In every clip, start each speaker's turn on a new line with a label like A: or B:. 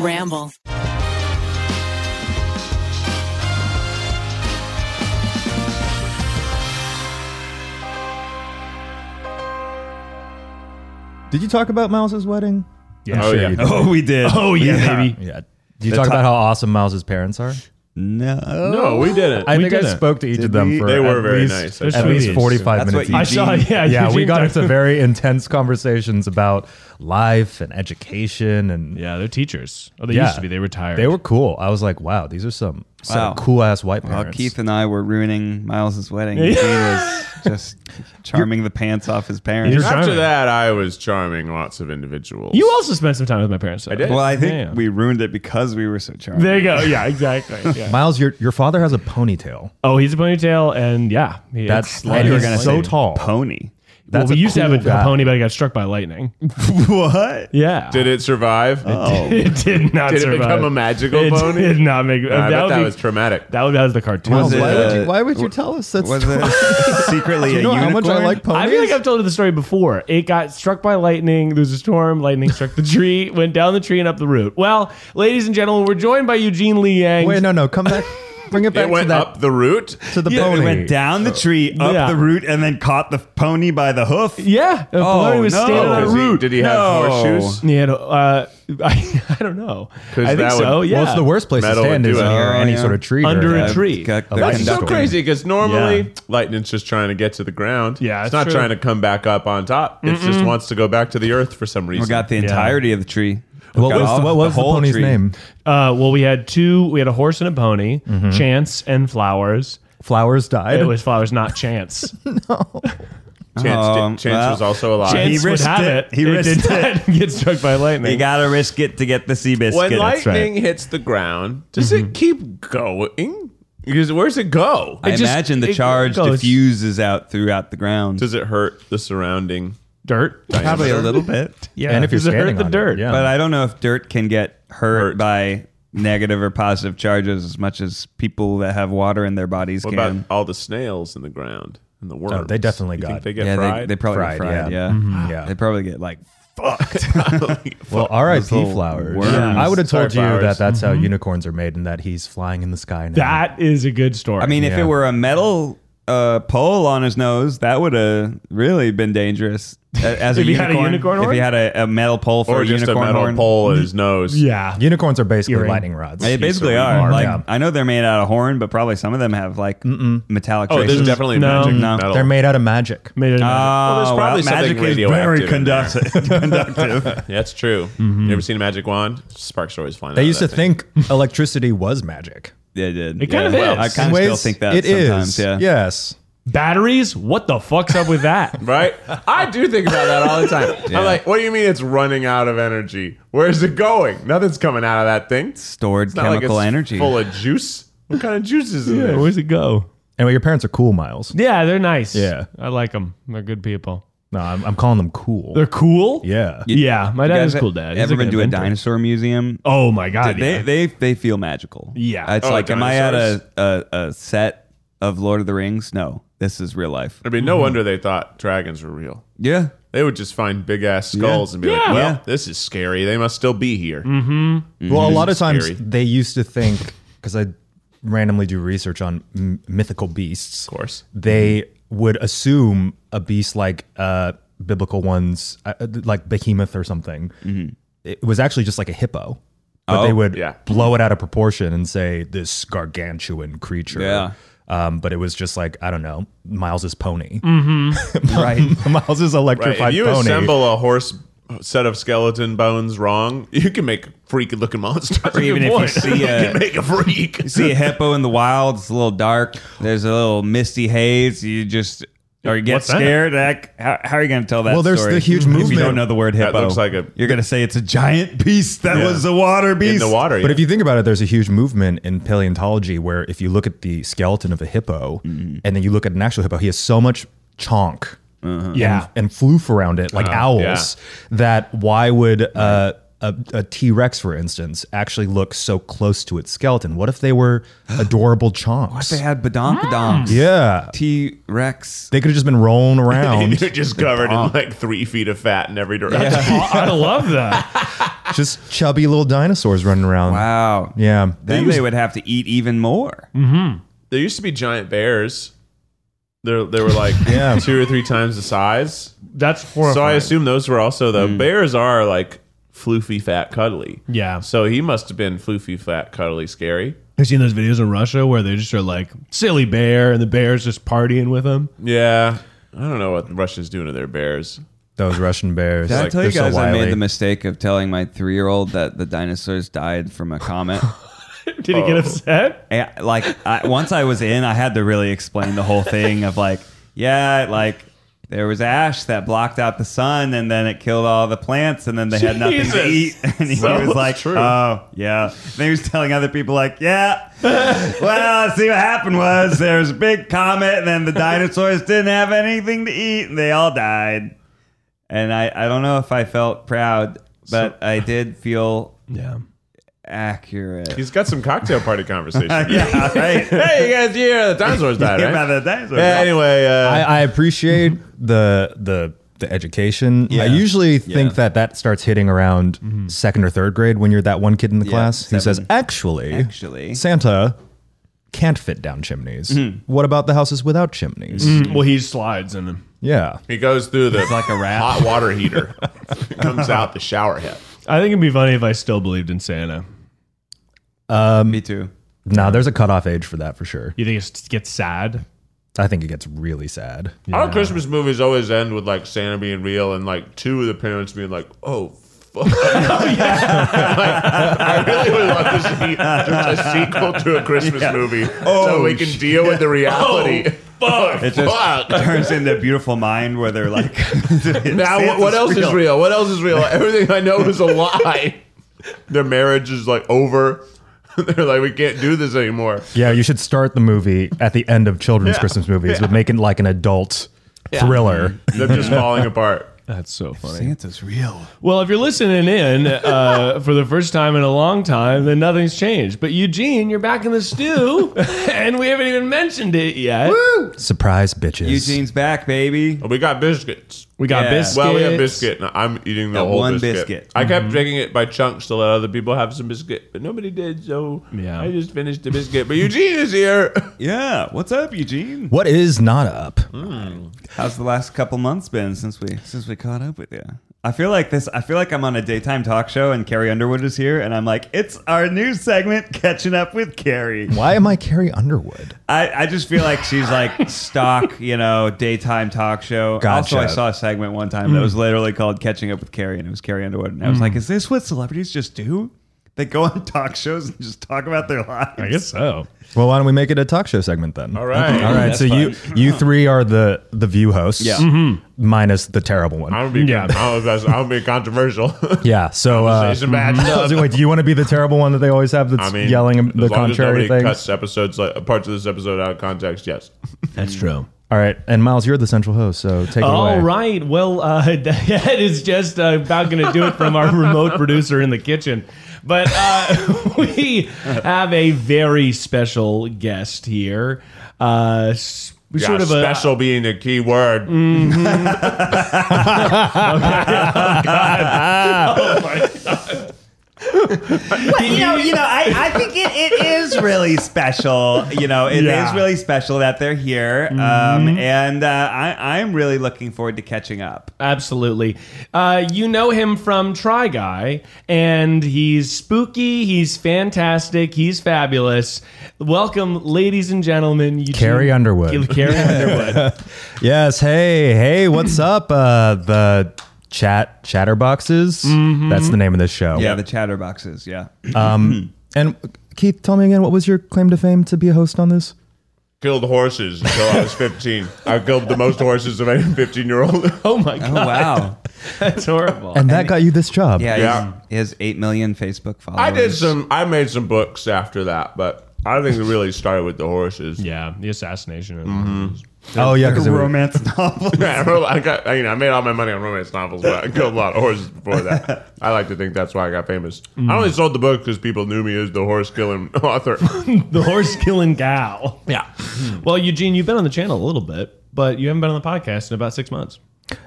A: Ramble.
B: Did you talk about Mouse's wedding?
C: Yeah.
B: Oh, yeah.
C: Oh, we did. Oh, yeah, baby.
B: Yeah. Did you talk about how awesome Mouse's parents are?
D: No.
E: No, we didn't.
B: I
E: We
B: think I
E: didn't.
B: spoke to each of
D: Did
B: them
D: we?
B: for
E: They were
B: at
E: very
B: least,
E: nice.
C: They're
B: At least
C: sweet.
B: 45
D: That's
B: minutes
D: what
C: I
B: each.
C: saw,
D: Eugene-
C: yeah.
B: yeah, we
C: Eugene
B: got
C: talked-
B: into very intense conversations about life and education and
C: Yeah, they're teachers. Oh, they
B: Yeah.
C: used to be. They retired.
B: They were cool. I was like, wow, these are some,
D: Wow.
B: cool ass white
D: Well,
B: parents.
D: Keith and I were ruining Miles's wedding. He was just charming the pants off his parents.
C: You're-
E: After
C: charming.
E: that, I was charming lots of individuals.
C: You also spent some time with my parents. I
E: did.
D: Well, I think
C: Yeah.
D: we ruined it because we were so charming.
C: There you go. Yeah, exactly. Yeah.
B: Miles, your your father has a ponytail.
C: oh, he's a ponytail, and yeah, he-
B: That's
C: Well,
B: and
D: you were
B: he's
D: gonna
B: so
D: say
B: tall.
D: Pony.
B: That's
C: we
B: a
C: used to
B: cool
C: have a,
B: guy.
C: a pony, but it got struck by lightning.
D: what?
C: Yeah,
E: Did it survive?
D: Oh.
C: it did not.
E: Did it
C: survive.
E: become a magical
C: It
E: pony?
C: did not make.
E: I
C: that,
E: bet
C: would
E: that
C: be-
E: was traumatic.
C: that was that was the cartoon.
D: Was it-
B: Why would, you,
D: Uh,
B: why would you tell us that's
D: Was it secretly
B: you know
D: a
B: how
D: unicorn?
B: much I like ponies?
C: I feel like I've told you the story before. It got struck by lightning. There was a storm. Lightning struck the tree, went down the tree and up the root. Well, ladies and gentlemen, we're joined by Eugene Liang.
B: Wait, no, no, come back. Bring it back
E: It
B: to
E: went
B: that
E: up the root.
B: to the
C: Yeah, it
B: pony.
D: It went down the tree, up
C: Yeah.
D: the root, and then caught the pony by the hoof.
C: Yeah, a
D: Oh,
C: pony was
D: no.
C: standing on a
E: Is he-
C: root.
E: did he have
D: No.
E: horseshoes?
C: He had, uh, I, I don't know.
E: 'Cause
C: I think
E: that would-
C: so. Yeah,
B: Well, it's the worst place to
E: Metal would
B: stand
E: do
B: is
E: it.
B: near
D: Oh,
B: any
D: yeah.
B: sort of tree.
C: under
B: or-
C: a tree.
D: Got the
E: That's so
D: conductor.
E: crazy because normally
D: Yeah.
E: lightning's just trying to get to the ground.
C: Yeah,
E: it's
C: it's
E: not
C: true.
E: trying to come back up on top. It just wants to go back to the earth for some reason.
D: We got the entirety of the tree. We
B: What
D: got
B: was,
D: all-
B: the, what was the,
D: whole
B: pony's
D: tree.
B: name?
C: Uh, well, we had two. We had a horse and a pony.
E: Mm-hmm.
C: Chance and flowers.
B: Flowers died.
C: It was flowers, not chance.
E: Chance, did-
D: Um,
E: Chance
D: well,
E: was also alive.
C: chance would
D: risked
C: have
D: it.
C: it.
D: He risked
C: did not get struck by lightning.
D: You gotta risk it to get the sea biscuit.
E: when
D: That's
E: lightning
D: right.
E: hits the ground, does it keep going? Because where's it go?
D: I
C: just-
D: imagine the
C: it
D: charge
C: goes-
D: diffuses out throughout the ground.
E: Does it hurt the surrounding?
C: dirt.
D: Probably a little bit.
C: Yeah,
B: and if you're
C: does it
B: standing
C: hurt the
B: on
C: dirt.
B: it, yeah.
D: But I don't know if dirt can get hurt,
E: Hurt.
D: by negative or positive charges as much as people that have water in their bodies
E: What about
D: can.
E: all the snails in the ground and the worms?
B: Oh, they definitely
E: You
B: got
E: think
B: it.
E: they get
D: yeah, they,
E: fried. Mm-hmm.
D: they probably
B: Fried,
D: get fried.
B: yeah.
D: Yeah,
B: Yeah.
D: they probably get like
B: well,
D: those
B: R.I.P.
D: little
B: Flowers.
D: worms.
B: I would have told
E: Sorry,
B: you
E: flowers.
B: that that's how unicorns are made and that he's flying in the sky now.
C: That is a good story.
D: I mean, if
B: Yeah.
D: it were a metal uh, pole on his nose, that would have really been dangerous. A- As
C: If
D: a
C: he had a
D: unicorn,
C: unicorn
D: if
C: horn?
D: he had a, a metal pole for
E: or
D: a
E: just a
D: unicorn
E: metal
D: horn,
E: pole in his nose.
C: yeah,
B: Unicorns are basically
C: Earring.
B: lightning rods.
D: they basically
E: of
D: are.
E: rebar.
D: Like
B: Yeah.
D: I know they're made out of horn, but probably some of them have like metallic.
E: Oh,
D: traces.
E: there's definitely
C: No.
E: magic
D: No.
E: metal.
B: They're made out of magic.
C: made it.
D: Ah,
E: there's probably something
D: magic is
E: radioactive
D: very
E: in there.
D: conductive. conductive.
E: That's true. You ever seen a magic wand? Sparks are always flying.
B: Mm-hmm. They
E: out
B: used to
E: of that thing.
B: think electricity was magic.
D: Yeah, it did.
C: It kind of
D: yeah.
C: is.
D: I
C: In
D: kind of still
B: ways,
D: think that
B: it is.
D: sometimes. Yeah.
B: Yes.
C: Batteries? What the fuck's up with that?
E: Right? I do think about that all the time. I'm like, what do you mean it's running out of energy? Where's it going? Nothing's coming out of that thing. It's
D: Stored
E: not like
D: chemical
E: it's
D: energy.
E: Full of juice? What kind of juice is in there?
C: Where's it go?
B: Anyway, your parents are cool, Miles.
C: Yeah, they're nice.
B: Yeah.
C: I like them. They're good people.
B: No, I'm, I'm calling them cool.
C: They're cool.
B: yeah.
C: Yeah, my dad
D: You
C: is
D: guys e-
C: cool. Dad. He's
D: Ever
C: like
D: been
C: an
D: to a
C: inventor.
D: dinosaur museum?
C: Oh my god.
D: they,
C: yeah.
D: they they feel magical.
C: Yeah.
D: it's
E: Oh,
D: like, am I at
E: dinosaurs?
D: a, a a set of Lord of the Rings? No, this is real life.
E: I mean, no wonder they thought dragons were real.
D: Yeah,
E: They would just find big ass skulls and be like,
C: Yeah.
E: well,
D: Yeah.
E: this is scary. They must still be here.
B: Well, a lot of times
E: Scary.
B: they used to think because I randomly do research on m- mythical beasts. Of
E: course.
B: they would assume a beast like uh, biblical ones, uh, uh, like behemoth or something. It was actually just like a hippo. But they would
E: Mm-hmm. Oh, yeah.
B: blow it out of proportion and say this gargantuan creature.
D: Yeah.
B: Um, but it was just like I don't know, Miles's pony,
D: right.
B: Miles's
E: Mm-hmm. Right?
B: electrified
E: If you
B: pony.
E: assemble a horse set of skeleton bones wrong, you can make a freaky looking monster.
D: or even if you see uh,
E: you can
D: a
E: make a freak.
D: see a hippo in the wild, it's a little dark. There's a little misty haze. You just or you get
C: What's that?
D: scared. Like, How, how are you going to tell that?
B: Well, there's
D: story
B: the huge
D: if You
B: movement.
D: don't know the word
E: That
D: hippo.
E: looks like a-
D: You're going to say it's a giant beast that was a water
E: in
D: beast
E: the water.
B: But
E: yeah.
B: if you think about it, there's a huge movement in paleontology where if you look at the skeleton of a hippo
D: Mm-hmm.
B: and then you look at an actual hippo, he has so much chonk
D: Uh-huh.
C: yeah.
B: and floof around it, like owls,
E: yeah.
B: that why would uh, a, a T Rex, for instance, actually look so close to its skeleton? What if they were adorable chonks?
D: They had badonkadonks.
B: yeah.
D: T Rex.
B: They could have just been rolling
E: And
B: around.
E: you're just covered in like three feet of fat in every direction.
C: I love that.
B: just chubby little dinosaurs running around.
D: Wow.
B: Yeah.
D: Then
E: They
D: they would have to eat even more.
E: There used to be giant bears. There, they were like
B: Yeah.
E: two or three times the size.
C: That's
E: So I
C: horrifying.
E: assume those were
B: Mm.
E: also the bears are like floofy, fat, cuddly.
C: yeah.
E: So he must have been floofy, fat, cuddly, scary.
C: I've seen those videos in Russia where they just are like silly bear and the bear's just partying with them.
E: Yeah. I don't know what the Russians doing to their bears.
B: Those Russian bears.
D: Did I
B: like,
D: tell you
B: they're so
D: guys I
B: wily.
D: made the mistake of telling my three year old that the dinosaurs died from a comet?
C: Did he get
E: Oh.
C: upset?
D: And, like, I, once I was in, I had to really explain the whole thing of like, yeah, like there was ash that blocked out the sun and then it killed all the plants and then they had nothing to
E: Jesus.
D: eat. And he
E: So
D: was like,
E: true.
D: oh, yeah. And he was telling other people, like, yeah, well, see what happened was there was a big comet and then the dinosaurs didn't have anything to eat and they all died. And I, I don't know if I felt proud, but I did feel
C: Yeah.
D: accurate.
E: He's got some cocktail party conversation.
D: yeah, right.
E: Hey, you guys, yeah, the dinosaurs died,
D: About
E: right?
D: the dinosaurs.
E: Yeah, anyway, uh,
D: Oh.
B: I, I appreciate the the the education. I usually think
D: Mm-hmm. Yeah. Mm-hmm.
B: that that starts hitting around second or third grade when you're that one kid in the class who says,
D: seven.
B: "Actually,
D: Actually. Mm-hmm.
B: Santa can't fit down chimneys. What about the houses without chimneys?"
C: Mm. Well, he slides in them.
B: Yeah,
E: he goes through the
D: like a rat.
E: hot water heater, comes out the shower head.
C: I think it'd be funny if I still believed in Santa.
D: Me too.
B: nah, there's a cutoff age for that for sure.
C: You think it gets sad?
B: I think it gets really sad.
E: Our Christmas movies always end with like Santa being real and like two of the parents being like, "Oh." Fuck. Oh, I really would love to see just a sequel to a Christmas movie so we can deal with the reality. Oh, fuck!
D: It just turns into Beautiful Mind where they're like,
E: now, what, what
D: Santa's
E: else is
D: real.
E: real? What else is real? Everything I know is a lie. Their marriage is like over. They're like, we can't do this anymore.
B: Yeah, you should start the movie at the end of children's
E: Yeah.
B: Christmas movies with making like an adult thriller.
D: Mm-hmm.
E: They're just falling apart.
C: That's so funny.
D: Santa's real.
C: Well, if you're listening in uh, for the first time in a long time, then nothing's changed. But Eugene, you're back in the stew, and we haven't even mentioned it yet.
B: Surprise, bitches.
D: Eugene's back, baby.
E: We got biscuits.
C: We got
D: Yeah.
C: biscuits.
E: Well, we have biscuit. and I'm eating the
D: Got
E: whole
D: one
E: biscuit.
D: biscuit.
E: I kept drinking it by chunks to let other people have some biscuit, but nobody did. So
C: Yeah.
E: I just finished the biscuit. But Eugene is here.
D: Yeah. What's up, Eugene?
B: what is not up?
D: Mm-hmm. How's the last couple months been since we since we caught up with you? I feel like this. I feel like I'm on a daytime talk show and Carrie Underwood is here, and I'm like, it's our new segment, catching up with Carrie.
B: Why am I Carrie Underwood?
D: I, I just feel like she's like stock, you know, daytime talk show.
B: Gotcha.
D: Also, I saw a segment one time that was
E: Mm.
D: literally called "Catching Up with Carrie," and it was Carrie Underwood, and I was like, "Is this what celebrities just do? They go on talk shows and just talk about their lives."
C: I guess so.
B: Well, why don't we make it a talk show segment then?
E: All right.
B: All right.
D: That's
B: so you you three are the the view hosts.
D: Yeah.
B: Minus the terrible one.
E: Mm-hmm. I'm gonna be.
C: Yeah.
E: Yeah. I'm gonna be controversial.
B: yeah. So uh,
E: Conversation bad stuff.
B: so wait, do you want to be the terrible one that they always have that's
E: I mean,
B: yelling the
E: as long
B: contrary
E: as nobody
B: thing?
E: Cuts episodes like parts of this episode out of context. Yes.
C: That's true.
B: All right. And Miles, you're the central host, so take it away.
C: All right. Well, uh, that is just uh, about going to do it from our remote producer in the kitchen. But uh, we have a very special guest here. Uh, s-
E: Yeah,
C: sort of
E: special being the key word.
D: you know, you know, I, I think it, it is really special. You know, it is
C: Yeah.
D: really special that they're here,
E: Mm-hmm.
D: um, and uh, I, I'm really looking forward to catching up.
C: A, absolutely. Uh, you know him from Try Guy, and he's spooky. He's fantastic. He's fabulous. Welcome, ladies and gentlemen. Eugene-
B: Carrie Underwood.
C: Carrie Underwood.
B: Yes. Hey. Hey. What's up? Uh, the chat chatterboxes. That's the name of this show.
D: Yeah, the chatterboxes. Yeah,
B: And Keith, tell me again, what was your claim to fame to be a host on this?
E: Killed horses until I was 15. I killed the most horses of any 15 year old.
C: Oh my God,
D: wow.
C: that's horrible.
B: And that got you this job.
E: Yeah.
D: Yeah, He, has, he has eight million Facebook followers.
E: I did some. I made some books after that, but I think it really started with the horses.
C: yeah, the assassination. of-
B: Oh yeah, because it was
D: romance novel.
E: Yeah, I, I got. I, you know, I made all my money on romance novels, but I killed a lot of horses before that. I like to think that's why I got famous. I only sold the book because people knew me as the horse killing author.
C: the horse killing gal. Yeah. Well, Eugene, you've been on the channel a little bit, but you haven't been on the podcast in about six months.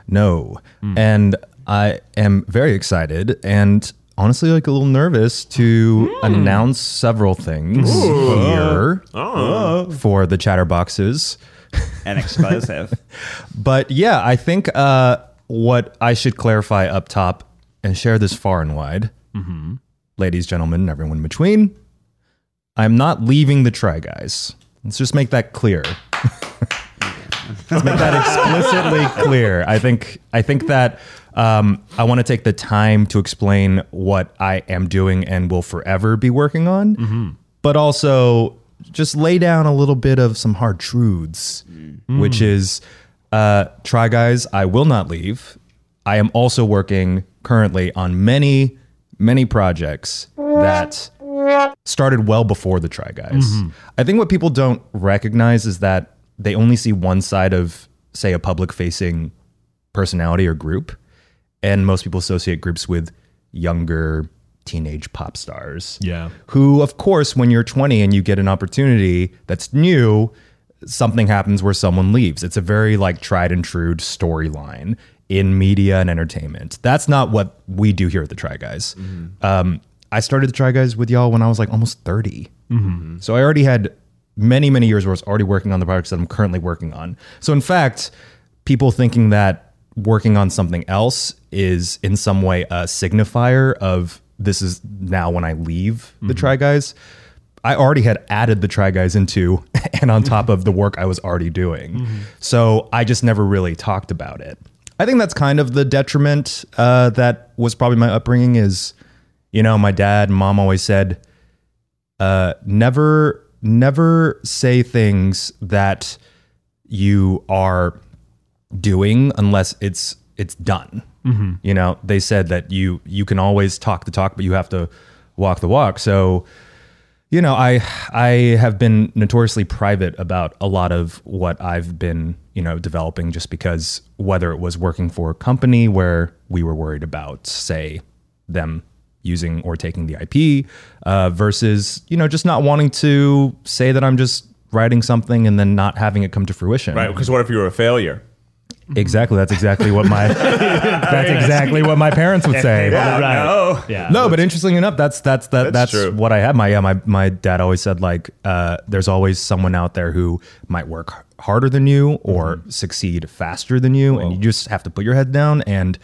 B: No. And I am very excited. And honestly like a little nervous to announce several things here for the chatterboxes.
D: An explosive.
B: But yeah, I think uh, what I should clarify up top and share this far and wide, ladies, gentlemen, and everyone in between, I'm not leaving the Try Guys. Let's just make that clear. Let's make that explicitly clear. I think I think that um, I want to take the time to explain what I am doing and will forever be working on, but also just lay down a little bit of some hard truths, which is, uh, try guys, I will not leave. I am also working currently on many, many projects that started well before the Try Guys. I think what people don't recognize is that they only see one side of, say, a public facing personality or group. And most people associate groups with younger teenage pop stars.
C: Yeah.
B: Who, of course, when you're 20 and you get an opportunity that's new, something happens where someone leaves. It's a very like tried and true storyline in media and entertainment. That's not what we do here at the Try Guys. Um, I started the Try Guys with y'all when I was like almost 30. So I already had many, many years where I was already working on the projects that I'm currently working on. So in fact, people thinking that working on something else is in some way a signifier of this is now when I leave the Try Guys. I already had added the Try Guys into and on top of the work I was already doing. So I just never really talked about it. I think that's kind of the detriment uh, that was probably my upbringing is, you know, my dad and mom always said, never never say things that you are doing unless it's it's done you know they said that you you can always talk the talk but you have to walk the walk so you know i i have been notoriously private about a lot of what i've been you know developing just because whether it was working for a company where we were worried about say them using or taking the ip uh, versus you know just not wanting to say that i'm just writing something and then not having it come to fruition
E: Right? Because what if you were a failure?
B: exactly that's exactly what my that's exactly what my parents would say
D: Oh, no.
C: Yeah.
B: no, but interesting enough, that's that's that that's,
E: That's true.
B: what I had. My yeah, my my dad always said like, uh, there's always someone out there who might work harder than you or
E: Mm-hmm.
B: succeed faster than you, and you just have to put your head down and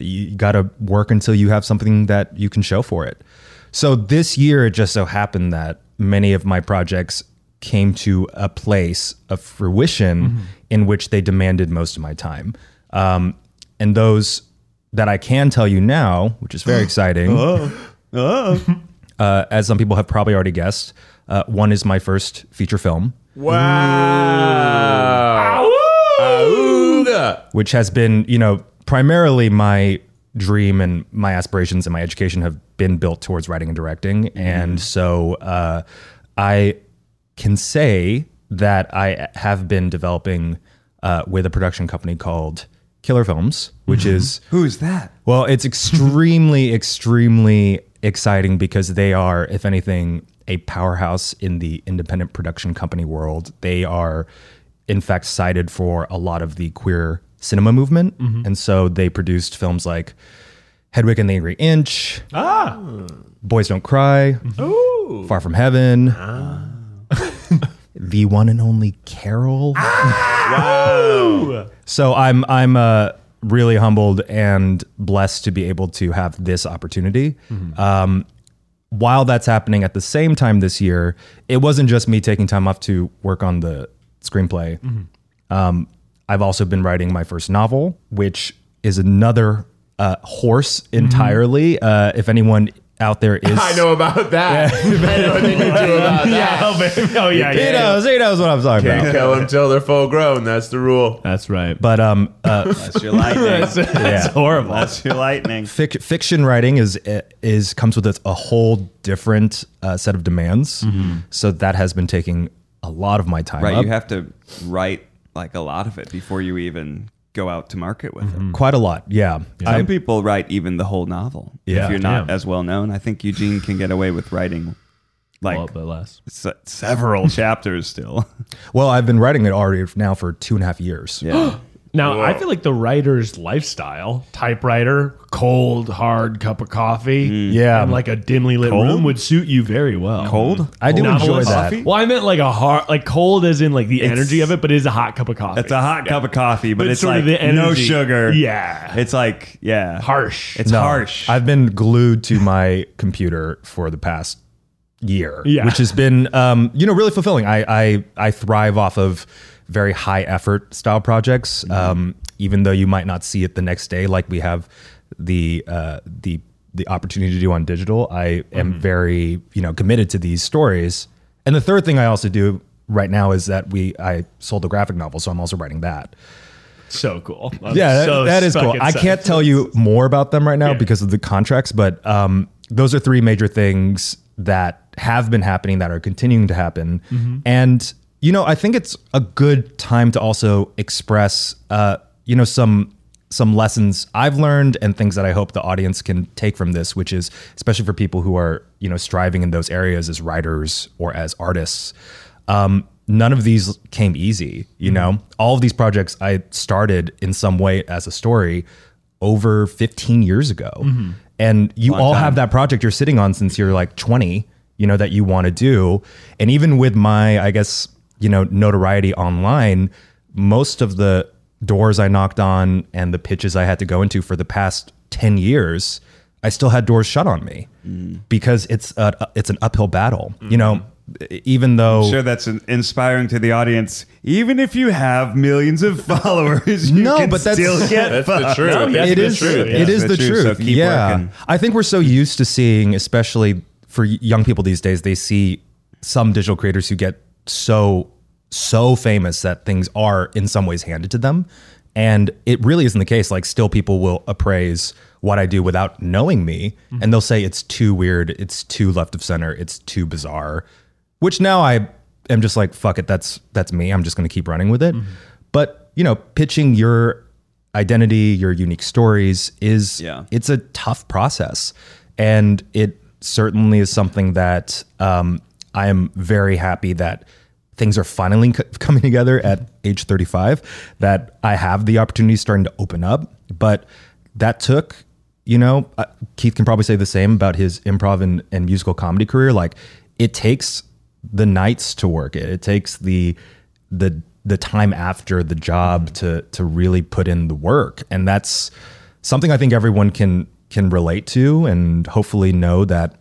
B: you got to work until you have something that you can show for it. So this year, it just so happened that many of my projects came to a place of fruition
E: Mm-hmm.
B: in which they demanded most of my time. Um, and those that I can tell you now, which is very
E: Uh-huh.
B: exciting, uh, as some people have probably already guessed, uh, one is my first feature film,
E: Wow. Auga.
B: which has been, you know, primarily my dream and my aspirations and my education have been built towards writing and directing. And so uh, I can say that I have been developing uh, with a production company called Killer Films, which is.
D: Who's that?
B: Well, it's extremely, extremely exciting because they are, if anything, a powerhouse in the independent production company world. They are, in fact, cited for a lot of the queer cinema movement. And so they produced films like Hedwig and the Angry Inch,
C: Ah.
B: Boys Don't Cry, Far From Heaven, the one and only Carol. So I'm I'm uh, really humbled and blessed to be able to have this opportunity.
E: Mm-hmm.
B: Um, while that's happening at the same time this year, it wasn't just me taking time off to work on the screenplay.
E: Mm-hmm.
B: Um, I've also been writing my first novel, which is another uh, horse entirely. Uh, if anyone out there is,
E: Mm-hmm. I know about that. I know what they can do about that.
C: Oh, baby. Oh, yeah.
B: He
C: yeah, yeah.
B: knows, he knows what I'm talking
E: Can't
B: about.
E: kill them till they're full grown. That's the rule.
C: That's right.
B: But um, uh,
D: That's your lightning.
C: That's, that's horrible.
D: That's your lightning.
B: fic- fiction writing is is comes with a, a whole different uh, set of demands. So that has been taking a lot of my time.
D: Mm-hmm. Right,
B: up.
D: you have to write like a lot of it before you even go out to market with
C: Mm-hmm.
D: it.
B: quite a lot. Yeah.
D: Some
B: I-
D: people write even the whole novel.
B: Yeah.
D: if you're not
C: Yeah.
D: as well known, I think Eugene can get away with writing like
C: Well, but less.
D: se- several chapters still.
B: well, I've been writing it already now for two and a half years.
D: Yeah,
C: Now,
E: Whoa.
C: I feel like the writer's lifestyle, typewriter, cold, hard cup of coffee,
D: Mm.
B: Yeah.
C: and like a dimly lit room would suit you very well.
D: Cold?
B: I do
C: Novelist.
B: enjoy that.
D: Coffee?
C: Well, I meant like a hard, like cold as in like the energy of it, but it is a hot cup of coffee.
D: It's a hot cup of coffee, but,
C: But
D: it's
C: sort
D: like
C: of the
D: no
C: energy.
D: sugar.
C: Yeah.
D: It's like, yeah.
C: harsh.
D: It's harsh.
B: I've been glued to my computer for the past year,
C: Yeah.
B: which has been, um, you know, really fulfilling. I, I, I thrive off of very high effort style projects,
C: Mm-hmm.
B: um, even though you might not see it the next day, like we have the, uh, the, the opportunity to do on digital. I am
C: Mm-hmm.
B: very, you know, committed to these stories. And the third thing I also do right now is that we, I sold a graphic novel, so I'm also writing that
C: so cool. I'm
B: yeah, that-
C: so
B: that is cool.
C: fucking
B: I
C: psyched.
B: can't tell you more about them right now because of the contracts, but um, those are three major things that have been happening that are continuing to happen. And you know, I think it's a good time to also express, uh, you know, some some lessons I've learned and things that I hope the audience can take from this, which is especially for people who are you know striving in those areas as writers or as artists um, none of these came easy. You know, all of these projects I started in some way as a story over 15 years ago. And you all have that project you're sitting on since you're like 20, you know, that you want to do. And even with my, I guess, you know, notoriety online, most of the doors I knocked on and the pitches I had to go into for the past 10 years, I still had doors shut on me because it's a, it's an uphill battle. You know, even though
D: sure that's in- inspiring to the audience. Even if you have millions of followers, you
B: No,
D: can
B: but that's-
D: still get
E: That's the
D: fucked.
E: truth.
C: No,
E: That's
C: yeah,
B: it
E: the
B: is
E: truth.
B: it is the
D: Yeah. The truth,
B: truth.
D: so keep
B: yeah.
D: working.
B: I think we're so used to seeing, especially for y- young people these days, they see some digital creators who get so so famous that things are in some ways handed to them. And it really isn't the case. Like still people will appraise what I do without knowing me and they'll say it's too weird, it's too left of center, it's too bizarre. Which now I am just like, fuck it, that's that's me. I'm just gonna keep running with it. But you know, pitching your identity, your unique stories is
D: Yeah.
B: it's a tough process. And it certainly is something that um, I am very happy that things are finally co- coming together at age 35, that I have the opportunity starting to open up. But that took, you know, uh, Keith can probably say the same about his improv and, and musical comedy career. Like it takes the nights to work it. It takes the the the time after the job to to really put in the work, and that's something I think everyone can can relate to, and hopefully know that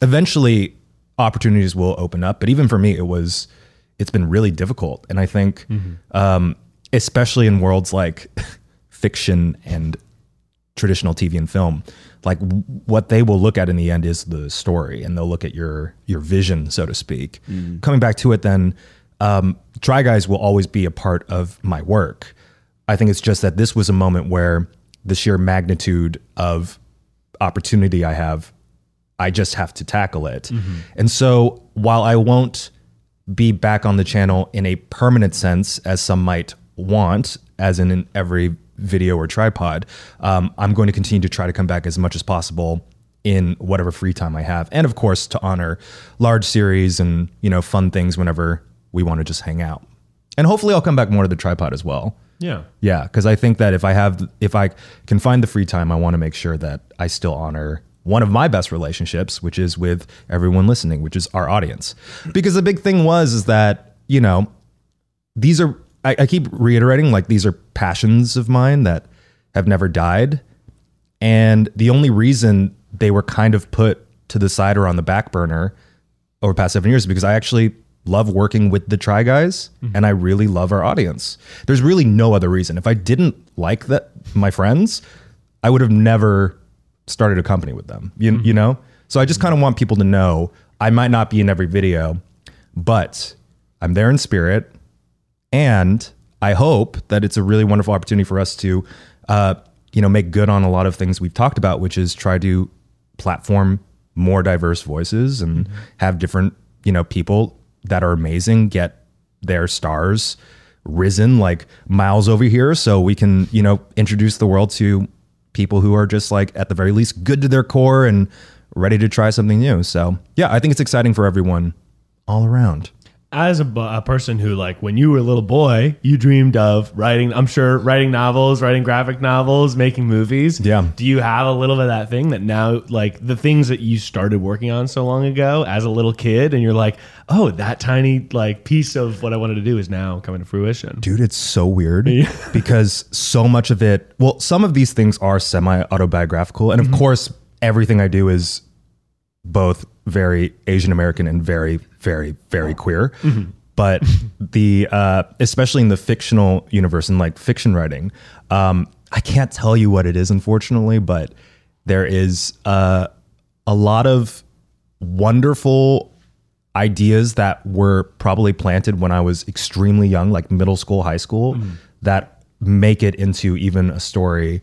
B: eventually opportunities will open up. But even for me, it was it's been really difficult, and I think um, especially in worlds like fiction and traditional TV and film, like w- what they will look at in the end is the story, and they'll look at your your vision, so to speak. Coming back to it, then um, Try Guys will always be a part of my work. I think it's just that this was a moment where the sheer magnitude of opportunity I have, I just have to tackle it. And so while I won't be back on the channel in a permanent sense, as some might want, as in, in every video or tripod, um, I'm going to continue to try to come back as much as possible in whatever free time I have. And of course, to honor large series and, you know, fun things whenever we want to just hang out. And hopefully I'll come back more to the tripod as well.
C: Yeah.
B: Yeah, because I think that if I have, if I can find the free time, I want to make sure that I still honor one of my best relationships, which is with everyone listening, which is our audience. Because the big thing was is that you know these are I, I keep reiterating like these are passions of mine that have never died, and the only reason they were kind of put to the side or on the back burner over the past seven years is because I actually love working with the Try Guys and I really love our audience. There's really no other reason. If I didn't like that my friends, I would have never started a company with them. You, you know? So I just kind of want people to know I might not be in every video, but I'm there in spirit. And I hope that it's a really wonderful opportunity for us to, uh, you know, make good on a lot of things we've talked about, which is try to platform more diverse voices and have different, you know, people that are amazing get their stars risen like miles over here, so we can, you know, introduce the world to people who are just like at the very least good to their core and ready to try something new. So yeah, I think it's exciting for everyone all around.
C: as a, bu- a person who like when you were a little boy you dreamed of writing i'm sure writing novels writing graphic novels making movies
B: Yeah.
C: do you have a little bit of that thing that now like the things that you started working on so long ago as a little kid and you're like oh that tiny like piece of what i wanted to do is now coming to fruition
B: Dude, it's so weird because so much of it, well, some of these things are semi autobiographical. And of course, everything I do is both very Asian American and very, very, very queer. But the, uh, especially in the fictional universe and like fiction writing, um, I can't tell you what it is, unfortunately, but there is uh, a lot of wonderful ideas that were probably planted when I was extremely young, like middle school, high school, that make it into even a story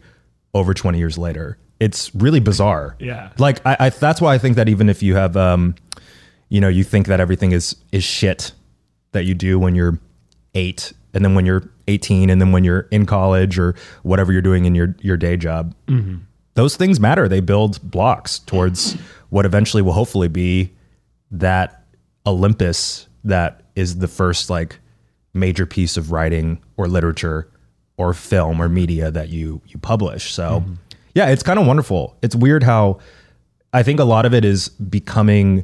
B: over 20 years later. It's really bizarre.
C: Yeah.
B: Like I, I that's why I think that even if you have um, you know, you think that everything is is shit that you do when you're eight and then when you're 18 and then when you're in college or whatever you're doing in your your day job those things matter. They build blocks towards what eventually will hopefully be that Olympus that is the first like major piece of writing or literature or film or media that you you publish. So yeah, it's kind of wonderful. It's weird how I think a lot of it is becoming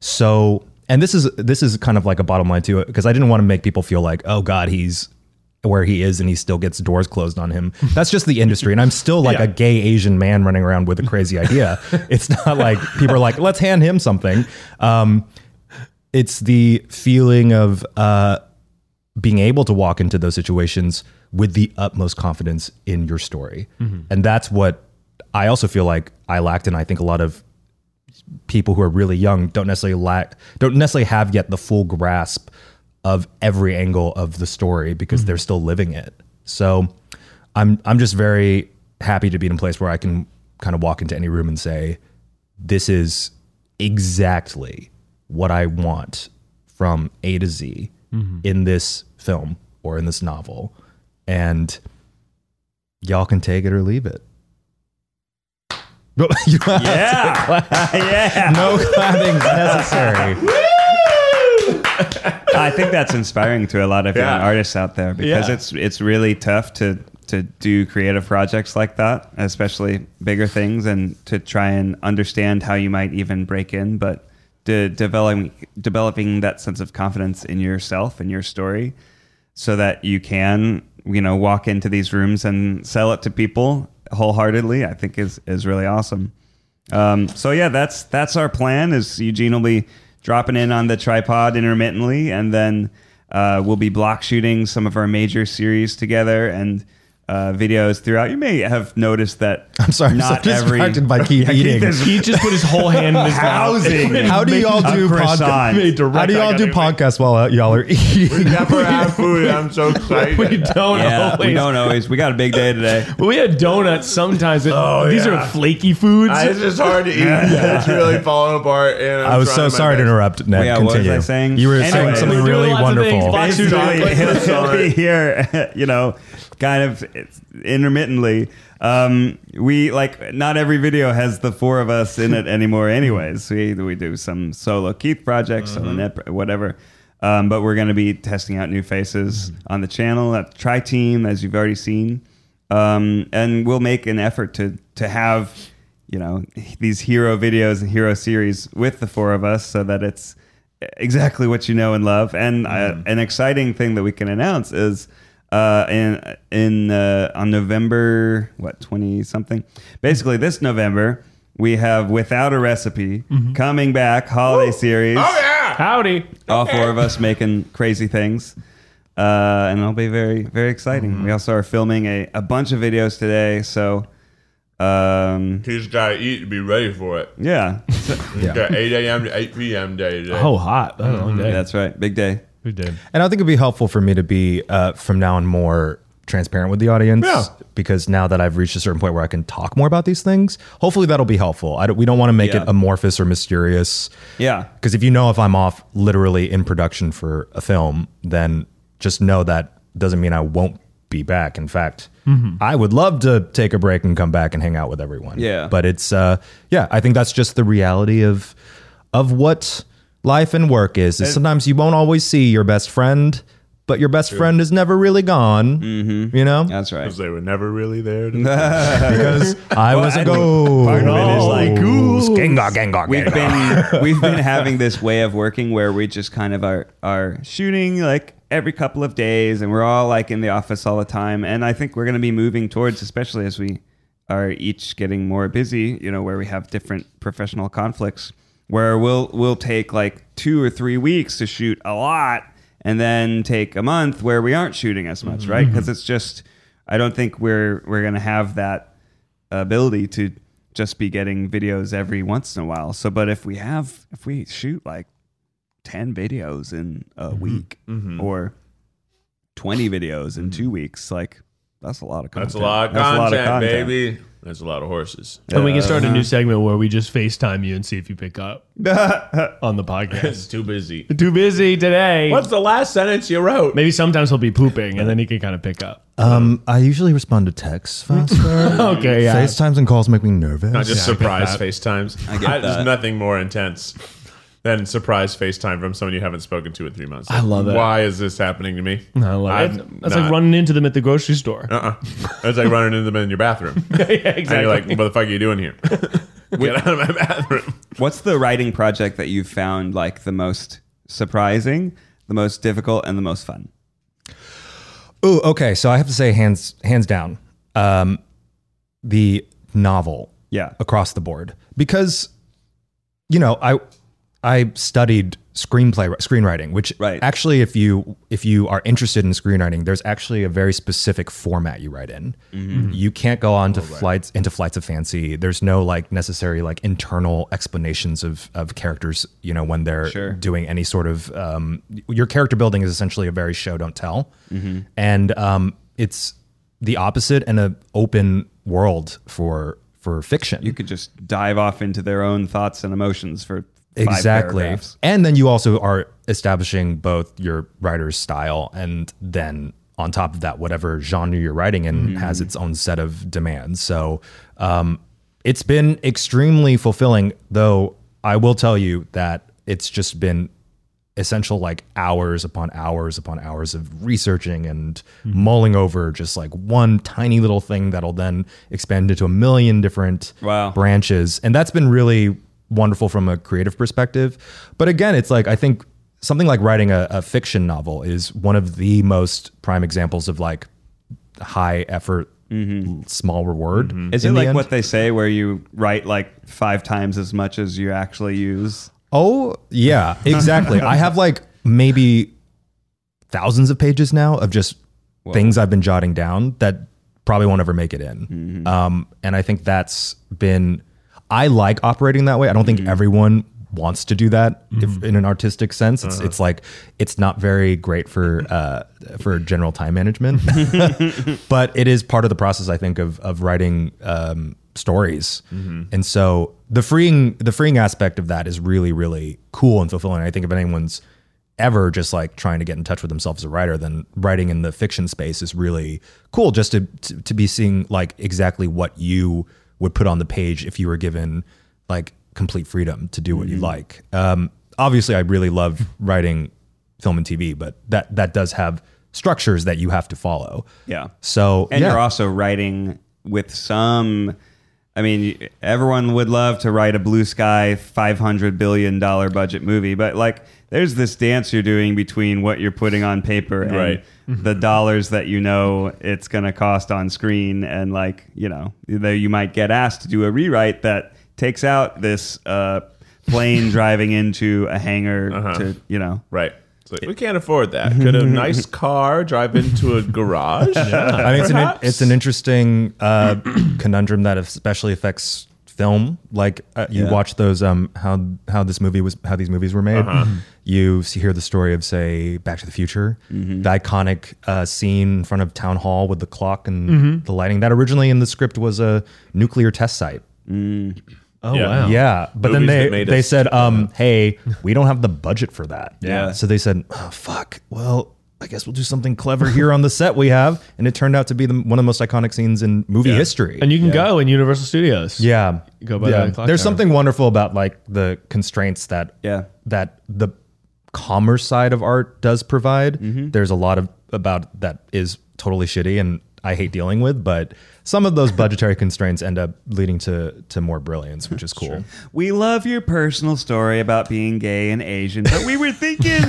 B: so and this is this is kind of like a bottom line too because I didn't want to make people feel like oh god he's where he is and he still gets doors closed on him. That's just the industry and I'm still like a gay Asian man running around with a crazy idea. it's not like people are like let's hand him something. Um it's the feeling of uh being able to walk into those situations with the utmost confidence in your story. And that's what I also feel like I lacked and I think a lot of people who are really young don't necessarily lack don't necessarily have yet the full grasp of every angle of the story because they're still living it. So I'm I'm just very happy to be in a place where I can kind of walk into any room and say this is exactly what I want from A to Z in this film or in this novel and y'all can take it or leave it. You don't have to
D: Yeah. yeah.
B: no clapping necessary.
D: I think that's inspiring to a lot of young
E: Yeah.
D: artists out there because
C: Yeah.
D: it's it's really tough to to do creative projects like that, especially bigger things, and to try and understand how you might even break in, but de- developing developing that sense of confidence in yourself and your story, so that you can you know walk into these rooms and sell it to people wholeheartedly. I think is is really awesome. Um, so yeah, that's that's our plan. Is Eugene will be dropping in on the tripod intermittently, and then uh, we'll be block shooting some of our major series together and uh, videos throughout. You may have noticed that.
B: I'm sorry, I'm so distracted by Keith eating.
C: he just put his whole hand in his
D: Housing.
C: mouth
B: How do y'all
D: A
B: do
D: croissant.
B: podcasts? How do y'all do podcasts while out- y'all are eating?
E: Never have food. I'm so excited.
C: we don't
D: Yeah,
C: always
D: we don't always. We got a big day today.
C: Well, we had donuts sometimes. It,
E: Oh,
C: these
E: yeah.
C: are flaky foods.
E: I, it's just hard to eat. It's really falling apart. And I'm
B: I was so
E: trying my
B: sorry to
E: best.
B: interrupt. Ned,
D: Yeah, what was
B: continue.
D: I saying?
B: You were saying
D: Anyways.
B: something
C: We're doing
B: really
C: lots of things,
B: wonderful.
C: but- Box
D: basically
E: chocolate
D: he'll,
E: chips
D: he'll
E: on
D: be
E: it.
D: here you know kind of intermittently um, we like not every video has the four of us in it anymore anyways we, we do some solo keith projects solo Ned- whatever um, but we're going to be testing out new faces on the channel at tri team as you've already seen um, and we'll make an effort to to have you know these hero videos and hero series with the four of us so that it's exactly what you know and love. And uh, an exciting thing that we can announce is uh, in in uh, on November what twenty something. Basically, this November we have without a recipe coming back holiday series.
E: Oh, yeah.
C: Howdy.
D: All four of us making crazy things. Uh, and it'll be very, very exciting. We also are filming a, a bunch of videos today. So, um,
E: You just got to eat to be ready for it.
D: yeah,
E: You got 8 a.m. to 8 p.m. day today.
C: Oh, hot. That was a long day.
D: that's right. Big day.
C: we did.
B: And I think it'd be helpful for me to be uh, from now on more transparent with the audience
E: Yeah.
B: because now that I've reached a certain point where I can talk more about these things, hopefully that'll be helpful. I don't, we don't want to make
D: Yeah.
B: it amorphous or mysterious.
D: Yeah.
B: Because if you know if I'm off literally in production for a film, then just know that doesn't mean I won't be back. In fact,
D: Mm-hmm.
B: I would love to take a break and come back and hang out with everyone.
D: Yeah.
B: But it's uh yeah, I think that's just the reality of of what life and work is. is sometimes you won't always see your best friend, but your best friend is never really gone. You know,
D: Mm-hmm. That's right.
E: Because they were never really there. To
B: because I was a go.
D: part of
C: Oh,
D: it is like,
B: Gengar, Gengar,
D: We've
B: Gengar.
D: been we've been having this way of working where we just kind of are are shooting like every couple of days, and we're all like in the office all the time. And I think we're going to be moving towards, especially as we are each getting more busy. You know, where we have different professional conflicts, where we'll we'll take like two or three weeks to shoot a lot, and then take a month where we aren't shooting as much, right? Because it's just I don't think we're we're going to have that ability to just be getting videos every once in a while. So, but if we have, if we shoot like 10 videos in a week or 20 videos in two weeks, like that's a lot of content.
E: That's a lot of
D: That's a
E: content,
D: lot of content.
E: baby. That's a lot of horses.
C: And we can start a new segment where we just FaceTime you and see if you pick up on the
E: It's
C: podcast.
E: too busy.
C: Too busy today.
E: What's the last sentence you wrote?
C: Maybe sometimes he'll be pooping and then he can kind of pick up.
B: Um, I usually respond to texts faster.
C: Okay, yeah.
B: FaceTimes and calls make me nervous.
E: Not just surprise FaceTimes. I
D: get that.
E: There's nothing more intense than surprise FaceTime from someone you haven't spoken to in three months. I
C: love it.
E: Why is this happening to me?
C: I love it.
E: I'm
C: That's
E: not-
C: like running into them at the grocery store.
E: Uh-uh. It's like running into them in your bathroom.
C: yeah,
E: And
C: exactly.
E: you're like, what the fuck are you doing here? Get out of my bathroom.
D: What's the writing project that you've found like the most surprising, the most difficult, and the most fun?
B: Ooh, okay. So I have to say, hands hands down, um, the novel
D: Yeah.
B: across the board because, you know, I I studied screenplay screenwriting, which
D: Right.
B: actually, if you if you are interested in screenwriting, there's actually a very specific format you write in. You can't go on to flights into flights of fancy. There's no like necessary like internal explanations of of characters. You know, when they're
D: Sure.
B: doing any sort of um, your character building is essentially a very show don't tell, and um, it's the opposite and a open world for for fiction.
D: You could just dive off into their own thoughts and emotions for five
B: exactly,
D: paragraphs.
B: and then you also are establishing both your writer's style and then on top of that, whatever genre you're writing in
D: Mm-hmm.
B: has its own set of demands. So um, it's been extremely fulfilling, though. I will tell you that it's just been essential like hours upon hours upon hours of researching and mulling over just like one tiny little thing that'll then expand into a million different
D: Wow.
B: branches and that's been really wonderful from a creative perspective but again it's like i think something like writing a, a fiction novel is one of the most prime examples of like high effort l- small reward
D: Mm-hmm. Is
B: in
D: it
B: the
D: like
B: end.
D: what they say where you write like five times as much as you actually use?
B: Oh, yeah, exactly. I have like maybe thousands of pages now of just things I've been jotting down that probably won't ever make it in. Um, and I think that's been, I like operating that way. I don't think everyone wants to do that if, in an artistic sense. It's, it's like, it's not very great for, uh, for general time management, but it is part of the process, I think, of, of writing, um, stories. And so the freeing the freeing aspect of that is really really cool and fulfilling. I think if anyone's ever just like trying to get in touch with themselves as a writer, then writing in the fiction space is really cool just to to, to be seeing like exactly what you would put on the page if you were given like complete freedom to do what you like. Um obviously I really love writing film and TV, but that that does have structures that you have to follow.
D: Yeah.
B: So
D: And
B: yeah.
D: you're also writing with some. I mean, everyone would love to write a blue sky $500 billion budget movie, but like there's this dance you're doing between what you're putting on paper and
E: Right.
D: the dollars that you know it's going to cost on screen. And like, you know, either you might get asked to do a rewrite that takes out this uh, plane driving into a hangar to, you know,
E: Right. It's like, we can't afford that. Could a nice car drive into a garage?
B: I mean, it's an,
E: Perhaps.
B: it's an interesting uh, conundrum that especially affects film. Like uh, you
D: Yeah.
B: watch those um, how how this movie was how these movies were made.
D: Uh-huh.
B: You s- hear the story of say Back to the Future,
D: Mm-hmm.
B: the iconic uh, scene in front of town hall with the clock and the lighting. That originally in the script was a nuclear test site.
C: oh,
E: Yeah.
C: wow.
B: Yeah, but then
E: Movies
B: they
E: that made
B: they
E: us-
B: said, um, "Hey, we don't have the budget for that."
D: Yeah.
B: So they said, oh, "Fuck. Well, I guess we'll do something clever here on the set we have, and it turned out to be the, one of the most iconic scenes in movie history.
C: And you can go in Universal Studios.
B: yeah,
C: go by
B: yeah.
C: the clock
B: There's
C: tower.
B: something wonderful about like the constraints that
D: Yeah.
B: that the commerce side of art does provide.
E: Mm-hmm.
B: There's a lot of about that is totally shitty and I hate dealing with, but some of those budgetary constraints end up leading to to more brilliance, which is cool.
D: We love your personal story about being gay and Asian, but we were thinking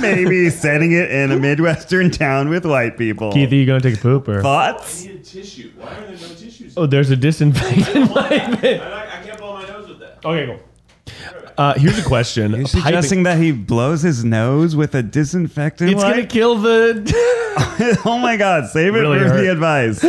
D: maybe setting it in a Midwestern town with white people.
C: Keith, are you going to take a poop or?
D: Thoughts?
E: tissue. Why are there no tissues?
C: Oh, there's a disinfectant wipe.
E: I, I can't blow my nose with that.
C: Okay, cool. Uh, here's a question.
D: You're
C: Piping-
D: suggesting that he blows his nose with a disinfectant?
C: it's
D: wipe?
C: gonna kill the.
D: oh my god, save it
C: Really
D: for
C: hurt.
D: the advice.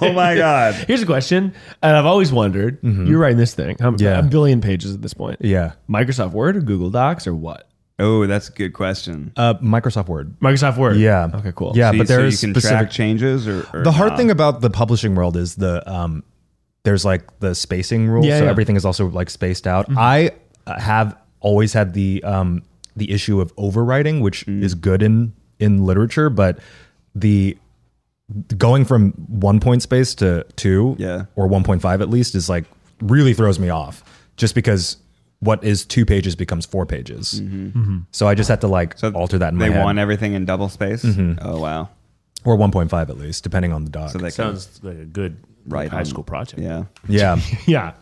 D: oh my god.
C: Here's a question, and I've always wondered. You're writing this thing. I'm,
B: Yeah.
C: a billion pages at this point.
B: Yeah.
C: Microsoft Word or Google Docs or what?
D: Oh, that's a good question.
B: Uh, Microsoft Word.
C: Microsoft Word.
B: Yeah.
C: Okay. Cool.
B: Yeah,
D: So you-
B: but
D: so
B: there's
D: you can
B: specific
D: track changes or, or
B: The hard
D: not?
B: thing about the publishing world is the um, there's like the spacing rules,
C: Yeah,
B: so
C: yeah.
B: everything is also like spaced out.
D: Mm-hmm.
B: I uh, have always had the um, the issue of overwriting, which
D: Mm.
B: is good in in literature, but the going from one point space to two
D: Yeah.
B: or 1.5 at least is like really throws me off just because what is two pages becomes four pages so i just had to like alter that in my
D: Mm-hmm. They
B: head Mm-hmm.
D: want everything in double space. Oh wow.
B: or 1.5 at least depending on the doc
D: So they can,
E: Sounds like a good
D: Right
E: high
D: on.
E: school project.
D: yeah.
B: yeah
C: Yeah.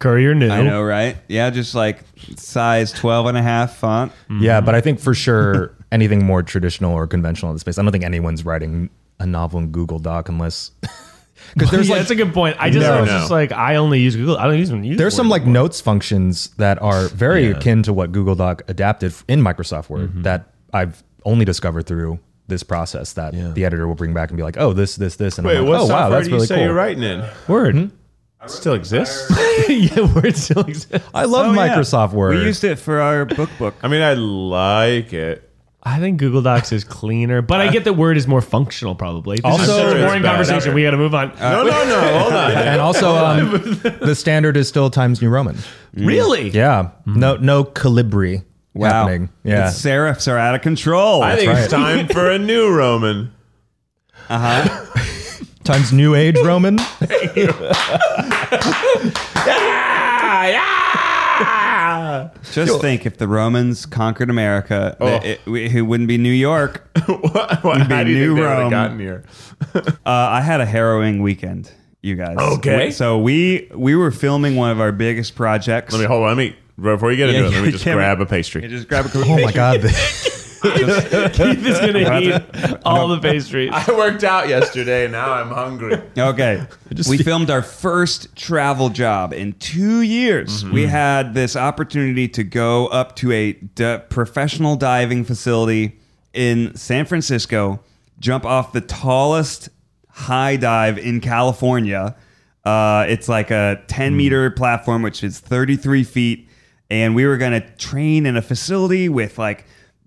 C: Courier new.
D: I know, right? Yeah, just like size 12 and a half font.
E: Mm-hmm.
B: Yeah, but I think for sure anything more traditional or conventional in the space. I don't think anyone's writing a novel in Google Doc unless because there's
C: yeah,
B: like
C: that's a good point. I just, I was
E: No.
C: just like, I only use Google. I don't even use.
B: there's some
C: Word.
B: like notes functions that are very akin to what Google Doc adapted f- in Microsoft Word
E: Mm-hmm.
B: that I've only discovered through this process that the editor will bring back and be like, oh, this, this, this, and
E: Wait,
B: I'm
E: what
B: like, oh wow,
E: software
B: that's
E: do you
B: really
E: say
B: cool.
E: you're writing in?
C: Word.
E: It still exists?
C: yeah, Word still exists.
B: I love
D: Oh, yeah.
B: Microsoft Word.
D: We used it for our book book.
E: I mean, I like it.
C: I think Google Docs is cleaner, but I get that Word is more functional probably. This
B: Also-
C: is such a
E: Sure,
C: boring
E: it's better.
C: conversation. We got to move on.
E: No, no, no. Hold on.
B: and also, um, the standard is still Times New Roman.
C: really?
B: Yeah, no, no calibri
D: Wow.
B: happening. Yeah,
D: The serifs are out of control.
E: I think
B: right.
E: it's time for a new Roman.
B: times New Age Roman. Oh
D: Just think if the Romans conquered America,
E: Oh.
D: th- it, we- it wouldn't be New York. Uh,
E: what, what,
D: be
E: how do you
D: new
E: think they would've
D: Rome.
E: gotten here?
D: I had a harrowing weekend, you guys.
E: Okay.
D: We- So we we were filming one of our biggest projects.
E: Let me hold on. Let me before you get into
D: Yeah,
E: it. Let me
D: you
E: just
D: can't-
E: grab a pastry.
D: Just grab a
B: Oh my god.
C: Keith is gonna eat all the pastries.
E: I worked out yesterday. Now I'm hungry.
D: Okay. we filmed our first travel job in two years. We had this opportunity to go up to a d- professional diving facility in San Francisco, jump off the tallest high dive in California. Uh, it's like a 10 meter platform, which is 33 feet. And we were going to train in a facility with like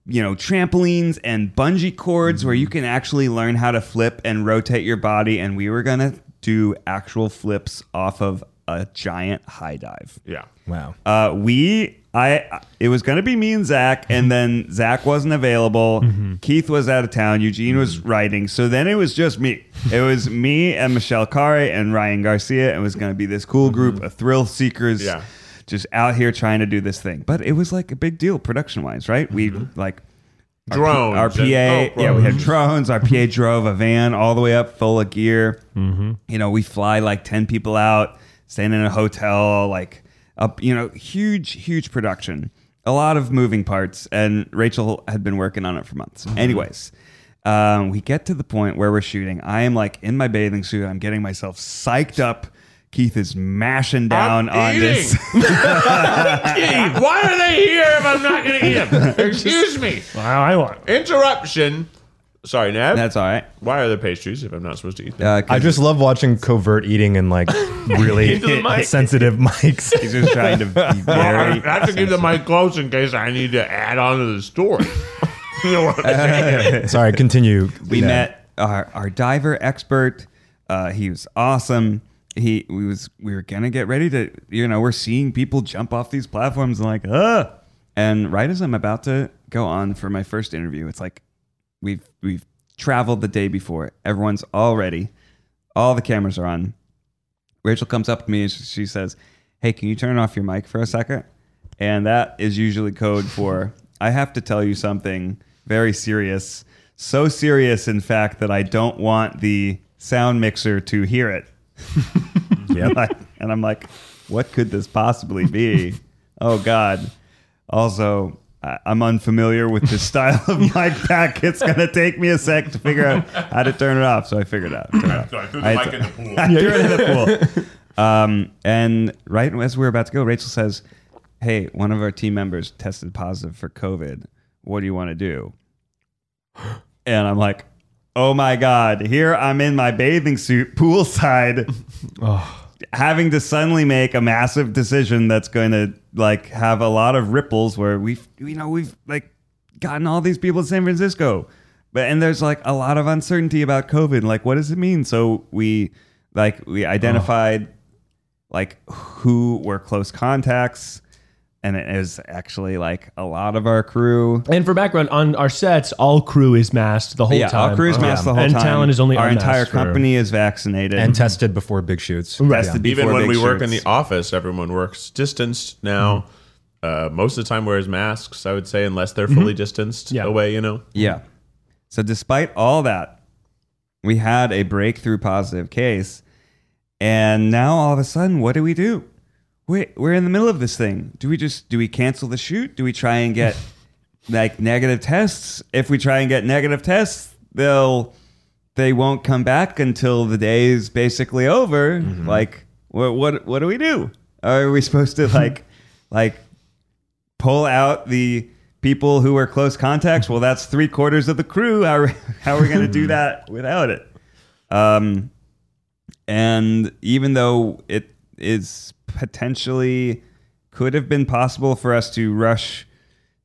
D: you know, trampolines and bungee cords where you can actually learn how to flip and rotate your body. And we were going to do actual flips off of a giant high dive.
E: Yeah.
B: Wow.
D: Uh, we, I, it was going to be me and Zach, and then Zach wasn't available. Keith was out of town. Eugene was writing. So then it was just me. It was me and Michelle Carey and Ryan Garcia. It was going to be this cool group of thrill seekers
E: Yeah.
D: just out here trying to do this thing. But it was like a big deal production wise, right? We like
E: Drones.
D: our PA,
E: and- oh,
D: yeah, we had drones. Our PA drove a van all the way up full of gear. You know, we fly like 10 people out, staying in a hotel, like up, you know, huge, huge production, a lot of moving parts. And Rachel had been working on it for months. Anyways, um, we get to the point where we're shooting. I am like in my bathing suit, I'm getting myself psyched up. Keith is mashing down on this.
E: Eating. Why are they here if I'm not going to eat them? Excuse me.
C: Wow, I want.
E: Interruption. Sorry, Nab.
D: That's all right.
E: Why are there pastries if I'm not supposed to eat them?
D: Uh,
B: I just love watching covert eating and like really
C: Into the mic.
B: sensitive mics.
D: he's just trying to be
E: I
D: very.
E: have to keep the mic close in case I need to add on to the story. you know what I'm saying?
B: Sorry, continue.
D: We
B: Yeah.
D: met our, our diver expert. Uh, he was awesome. He we was we were gonna get ready to you know we're seeing people jump off these platforms and like uh and right as I'm about to go on for my first interview, it's like we've we've traveled the day before. Everyone's all ready. All the cameras are on. Rachel comes up to me and she says, Hey, can you turn off your mic for a second? And that is usually code for I have to tell you something very serious. So serious, in fact, that I don't want the sound mixer to hear it. Like, and I'm like, what could this possibly be? oh, God. Also, I- I'm unfamiliar with the style of mic pack. It's going to take me a sec to figure out how to turn it off. So I figured it out. Turn it off.
E: So I threw the
D: I-
E: mic in the pool.
D: I threw it in the pool. Um, and right as we were about to go, Rachel says, Hey, one of our team members tested positive for COVID. What do you want to do? And I'm like, Oh my God, here I'm in my bathing suit poolside, having to suddenly make a massive decision that's going to like have a lot of ripples where we've, you know, we've like gotten all these people in San Francisco. But, and there's like a lot of uncertainty about COVID. Like, what does it mean? So we, like,
C: Oh.
D: we identified like who were close contacts. And it was actually like a lot of our crew.
C: And for background, on our sets, all crew is masked the whole
D: yeah,
C: time. Oh, Uh-huh.
D: our crew's masked the whole
C: and
D: time.
C: talent is only
D: our
C: unmasked
D: entire
C: for-
D: company is vaccinated
B: and tested before big shoots.
D: tested
E: Even
D: before
E: when
D: big Mm-hmm.
E: we work in
D: shoots.
E: the office, everyone works distanced now. Uh, most of the time wears masks, I would say, unless
D: Mm-hmm.
E: they're fully distanced
C: Yeah.
E: away, you know?
D: Yeah. So despite all that, we had a breakthrough positive case. And now all of a sudden, what do we do? We're, we're in the middle of this thing. Do we just do we cancel the shoot? Do we try and get like negative tests? If we try and get negative tests, they'll they won't come back until the day is basically over. Like what what what do we do? Are we supposed to like like pull out the people who were close contacts. Well, that's three quarters of the crew. How are, how are we going to do that without it? Um, and even though it is potentially could have been possible for us to rush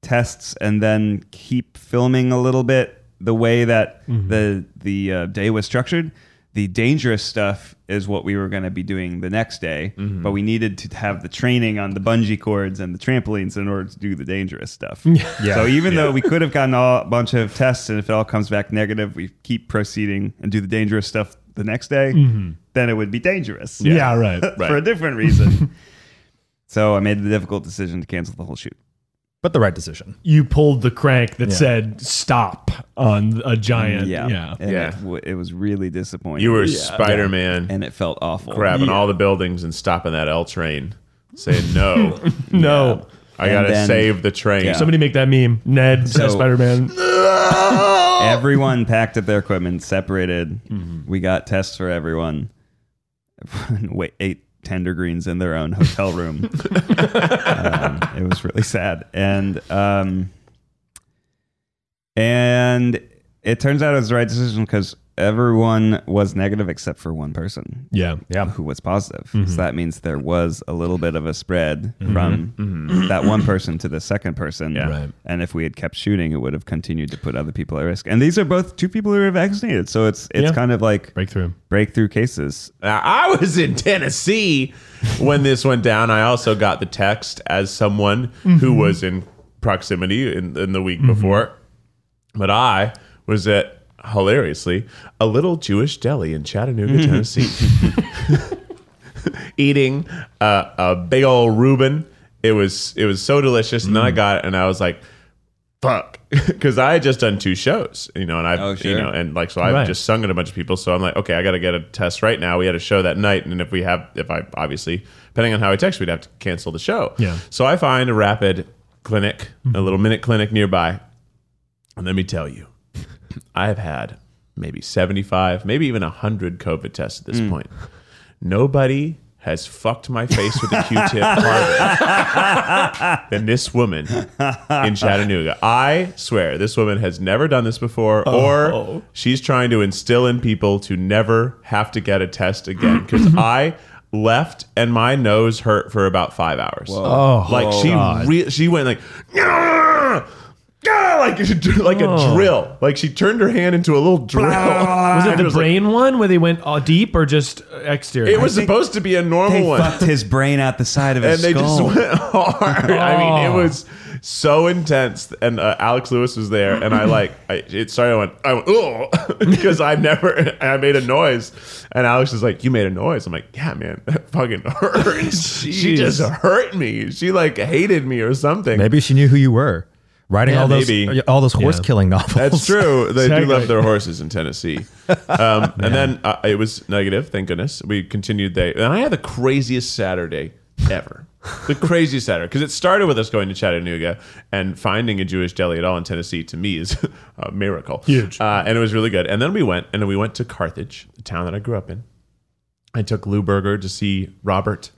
D: tests and then keep filming a little bit the way that the the uh, day was structured the dangerous stuff is what we were going to be doing the next day but we needed to have the training on the bungee cords and the trampolines in order to do the dangerous stuff so even though we could have gotten all, a bunch of tests and if it all comes back negative we keep proceeding and do the dangerous stuff the next day then it would be dangerous
C: Mm-hmm. Yeah, right.
D: for a different reason so i made the difficult decision to cancel the whole shoot
B: But the right decision.
C: You pulled the crank that said stop on a giant.
D: Yeah.
C: Yeah.
D: And
E: Yeah.
D: It, w- it was really disappointing.
E: You were Spider Man
D: and it felt awful.
E: grabbing all the buildings and stopping that L train, saying, No,
C: No.
E: I
D: And
E: got to
D: then-
E: save the train.
D: Yeah.
C: Somebody make that meme. Ned says
D: So-
C: Spider Man.
D: Everyone packed up their equipment, separated. We got tests for everyone. Everyone wa- ate tender greens in their own hotel room. um, it was really sad. And um, and it turns out it was the right decision because everyone was negative except for one person.
C: Yeah.
B: Yeah.
D: who was positive.
E: Mm-hmm.
D: So that means there was a little bit of a spread from
E: Mm-hmm.
D: that one person to the second person.
C: Right.
D: And if we had kept shooting, it would have continued to put other people at risk. And these are both two people who are vaccinated. So it's it's
C: Yeah.
D: kind of like
C: Breakthrough.
D: breakthrough cases.
E: Now, I was in Tennessee when this went down. I also got the text as someone who
D: Mm-hmm.
E: was in proximity in, in the week before. But I was at, hilariously, a little Jewish deli in Chattanooga,
D: Mm-hmm.
E: Tennessee, eating uh, a big old Reuben. It was it was so delicious, and then
D: Mm.
E: I got it, and I was like, "Fuck," because I had just done two shows, you know, and I,
D: Oh,
E: you
D: sure.
E: know, and like so I've
C: Right.
E: just sung at a bunch of people. So I'm like, okay, I got to get a test right now. We had a show that night, and if we have, if I obviously, depending on how I text, we'd have to cancel the show.
C: Yeah. Mm-hmm.
E: So I find a rapid clinic, a little minute clinic nearby, and let me tell you, I have had maybe 75, maybe even 100 COVID tests at this point. Nobody has fucked my face with a Q-tip harder than this woman in Chattanooga. I swear, this woman has never done this before, or she's trying to instill in people to never have to get a test again. Because I left and my nose hurt for about five hours.
C: Oh,
E: like she re- she went like. "Nyah!" Gah! like like a drill, like she turned her hand into a little drill.
C: Was it
E: And
C: the
E: was like-
C: brain one where they went all deep or just uh, exterior?
E: it was
D: think
E: supposed to be a normal
D: They
E: one,
D: fucked his brain out the side of
E: and
D: his
E: they
D: skull.
E: just went hard. I mean, it
C: Oh.
E: was so intense. And uh, Alex Lewis was there, and I like I, it started. I went, I went, oh, because I never. I made a noise, and Alex was like, "You made a noise." I'm like, "Yeah, man, that fucking hurts." she just hurt me. She like hated me or something.
B: Maybe she knew who you were. Writing
E: Yeah,
B: all those uh,
E: maybe.
B: all those horse killing novels.
E: That's true. They do
C: Exactly.
E: love their horses in Tennessee. Um, And then uh, it was negative. Thank goodness we continued. They and I had the craziest Saturday ever. the craziest Saturday because it started with us going to Chattanooga and finding a Jewish deli at all in Tennessee. To me, is a miracle.
C: Huge.
E: Uh, and it was really good. And then we went and we went to Carthage, the town that I grew up in. I took Lou Berger to see Robert,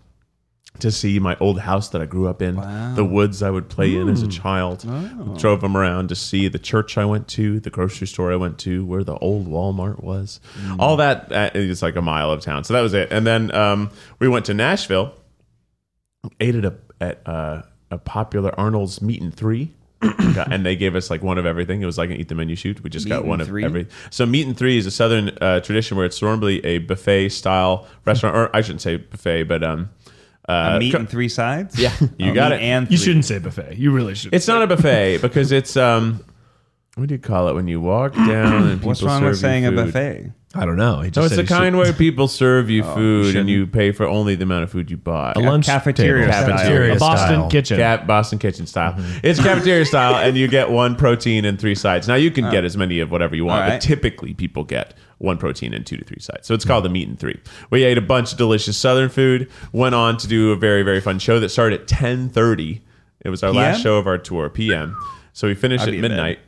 E: to see my old house that I grew up in, the woods I would play in as
D: Hmm.
E: a child.
D: Oh.
E: Drove him around to see the church I went to, the grocery store I went to, where the old Walmart was.
D: Hmm.
E: All that uh, it's like a mile of town. So that was it. And then um, we went to Nashville, ate at a at uh, a popular Arnold's Meat and Three. Got- and they gave us like one of everything. It was like an eat the menu shoot. We just got
D: and
E: one of
D: three?
E: every. So meat and three is a southern uh, tradition where it's normally a buffet style restaurant, or I shouldn't say buffet, but um, uh,
D: a meat
E: co-
D: and three sides.
E: Yeah, you
D: A
E: got
D: meat
E: it.
D: And
C: You
D: three.
C: shouldn't say buffet. You really should.
E: It's not a buffet because it's um, what do you call it when you walk down and people
D: What's wrong
E: serve
D: with
E: you
D: saying a
E: food?
D: buffet?
C: I don't know. He
E: No,
C: just
E: it's the kind where people serve
D: Oh,
E: you food and you pay for only the amount of food you bought.
C: a lunch
D: Cafeteria
C: table.
D: style.
B: Cafeteria
C: a Boston
B: style.
C: kitchen.
E: Cap- Boston kitchen style.
D: Mm-hmm.
E: It's cafeteria style, and you get one protein and three sides. Now you can
D: Oh.
E: get as many of whatever you want,
D: All
E: but
D: right.
E: typically people get one protein and two to three sides. So
D: Hmm.
E: it's called the meat and three. We ate a bunch of delicious Southern food. Went on to do a very very fun show that started at ten thirty. It was our last
D: PM?
E: show of our tour, PM. So we finished
D: I'd
E: at
D: be in bed.
E: midnight.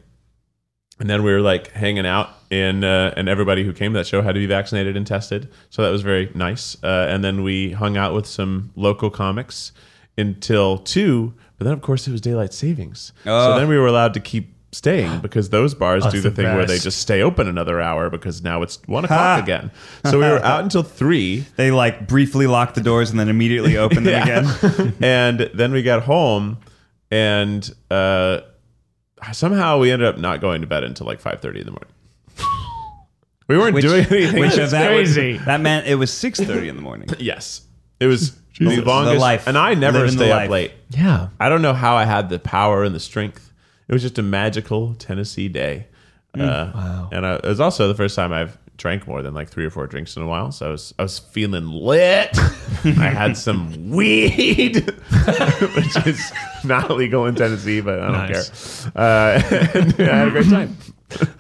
E: And then we were like hanging out, in, uh, and everybody who came to that show had to be vaccinated and tested. So that was very nice. Uh, and then we hung out with some local comics until two. But then, of course, it was daylight savings. So
D: Ugh.
E: then we were allowed to keep staying because those bars do the
C: the
E: thing where they
C: best.
E: just stay open another hour because now it's one o'clock again. So we were out until three.
D: They like briefly lock the doors and then immediately open them again.
E: again. and then we got home, and uh, somehow we ended up not going to bed until like five thirty in the morning. We weren't
D: Which-
E: doing anything.
D: Which of that would-
C: crazy.
D: that meant it was six thirty in the morning.
E: yes, it was the
D: Jesus.
E: longest.
D: The life.
E: And I never
D: Living the
E: stay up
D: life.
E: late.
C: Yeah.
E: I don't know how I had the power and the strength. It was just a magical Tennessee day.
C: Mm.
E: Uh, And I, it was also the first time I've drank more than like three or four drinks in a while. So I was, I was feeling lit. I had some weed, which is not legal in Tennessee, but I don't
C: Nice.
E: care. Uh, and I had a great time.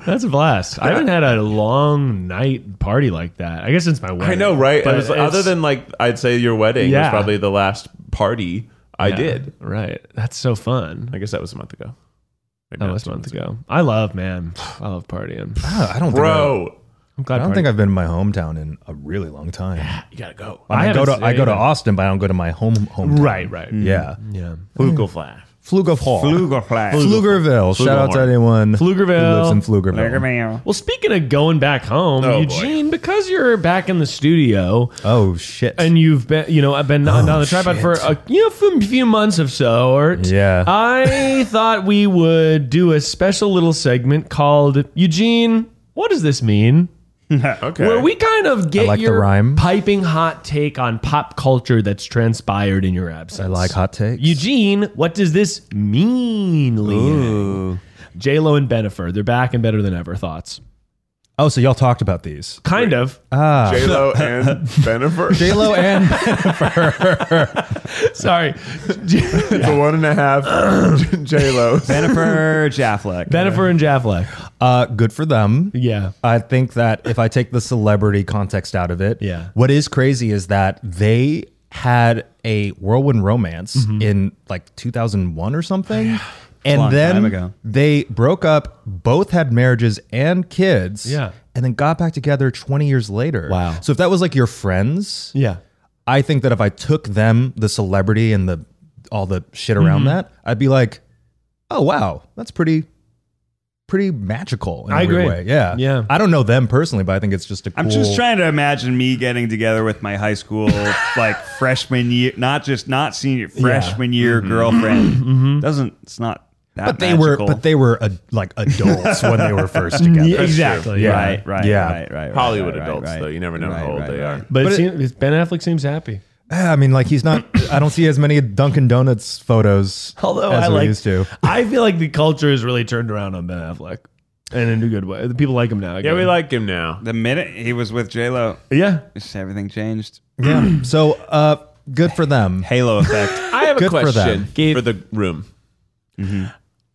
C: That's a blast. I haven't had a long night party like that. I guess since my wedding.
E: I know, right?
C: But
E: It was-
C: it's-
E: other than like, I'd say your wedding was
C: Yeah.
E: probably the last party I
C: Yeah,
E: did.
C: Right. That's so fun.
E: I guess that was a month ago. Maybe
C: That
E: not
C: was
E: two
C: months
E: months
C: ago. I love, man. I love partying.
B: Oh, I don't think I,
E: Bro,
C: I'm glad.
B: I don't
C: party-
B: think I've been in my hometown in a really long time.
E: you gotta go.
B: I,
C: I
B: go to
C: haven't-
B: I go to
C: yeah.
B: Austin, but I don't go to my home hometown.
C: Right. Right.
B: Yeah.
C: Yeah.
E: Flugelflav.
B: Flugelhall.
D: Flugelflag.
B: Pflugerville. Shout out to
E: Pflugerhorn.
B: anyone
C: Pflugerville.
B: who lives in Pflugerville.
C: Well, speaking of going back home,
E: Oh, boy.
C: Eugene, because you're back in the studio,
B: Oh shit!
C: and you've been, you know, I've been on
B: Oh,
C: the tripod for a you know, few, few months of sort.
B: Yeah.
C: I thought we would do a special little segment called Eugene. What does this mean?
E: Okay.
C: Where we kind of get
B: like the
C: your
B: rhyme.
C: piping hot take on pop culture that's transpired in your absence.
B: I like hot takes.
C: Eugene, what does this mean, Liang? J Lo and Benifer, they're back and better than ever. Thoughts?
B: oh, so y'all talked about these?
C: Kind of.
B: Ah,
E: J Lo and Benifer.
B: J Lo and
C: Sorry.
E: It's a one and a half J Lo.
D: Jennifer Jaffleck.
C: Benifer and Jaffleck.
B: uh, good for them.
C: Yeah.
B: I think that if I take the celebrity context out of it,
C: Yeah.
B: what is crazy is that they had a whirlwind romance in like 2001 or something. And
D: long
B: then
D: time ago.
B: they broke up, both had marriages and kids,
C: Yeah.
B: and then got back together 20 years later.
C: Wow.
B: So if that was like your friends,
C: Yeah.
B: I think that if I took them, the celebrity and the all the shit
C: Mm-hmm.
B: around that, I'd be like, oh wow, that's pretty, pretty magical. In a
C: I
B: weird
C: agree.
B: Way. Yeah,
C: Yeah.
B: I don't know them personally, but I think it's just a. Cool,
D: I'm just trying to imagine me getting together with my high school, like freshman year, not just not senior, freshman
E: Mm-hmm.
D: year girlfriend.
B: Mm-hmm.
D: Doesn't it's not that.
B: But they were,
D: magical.
B: but they were uh, like adults when they were first together.
C: Yeah, exactly.
B: Yeah.
D: right, right,
B: Yeah.
D: right, right, right.
E: Hollywood
D: right,
E: adults,
D: right.
E: though. You never know how
D: Right,
E: old
D: right,
E: they are.
D: right.
C: But,
B: But
C: it
B: it-
C: seems, Ben Affleck seems happy.
B: Yeah, I mean, like he's not. I don't see as many Dunkin' Donuts photos.
C: Although
B: as
C: I
B: we
C: like,
B: used to.
C: I feel like the culture has really turned around on Ben Affleck, and in a good way. The people like him now.
E: Yeah,
C: again.
E: we like him now.
D: The minute he was with J Lo,
C: Yeah,
D: everything changed.
B: Yeah. So, uh, good for them.
D: Halo effect.
E: I have a
B: Good for
E: question
B: them.
E: for, the room.
D: Mm-hmm.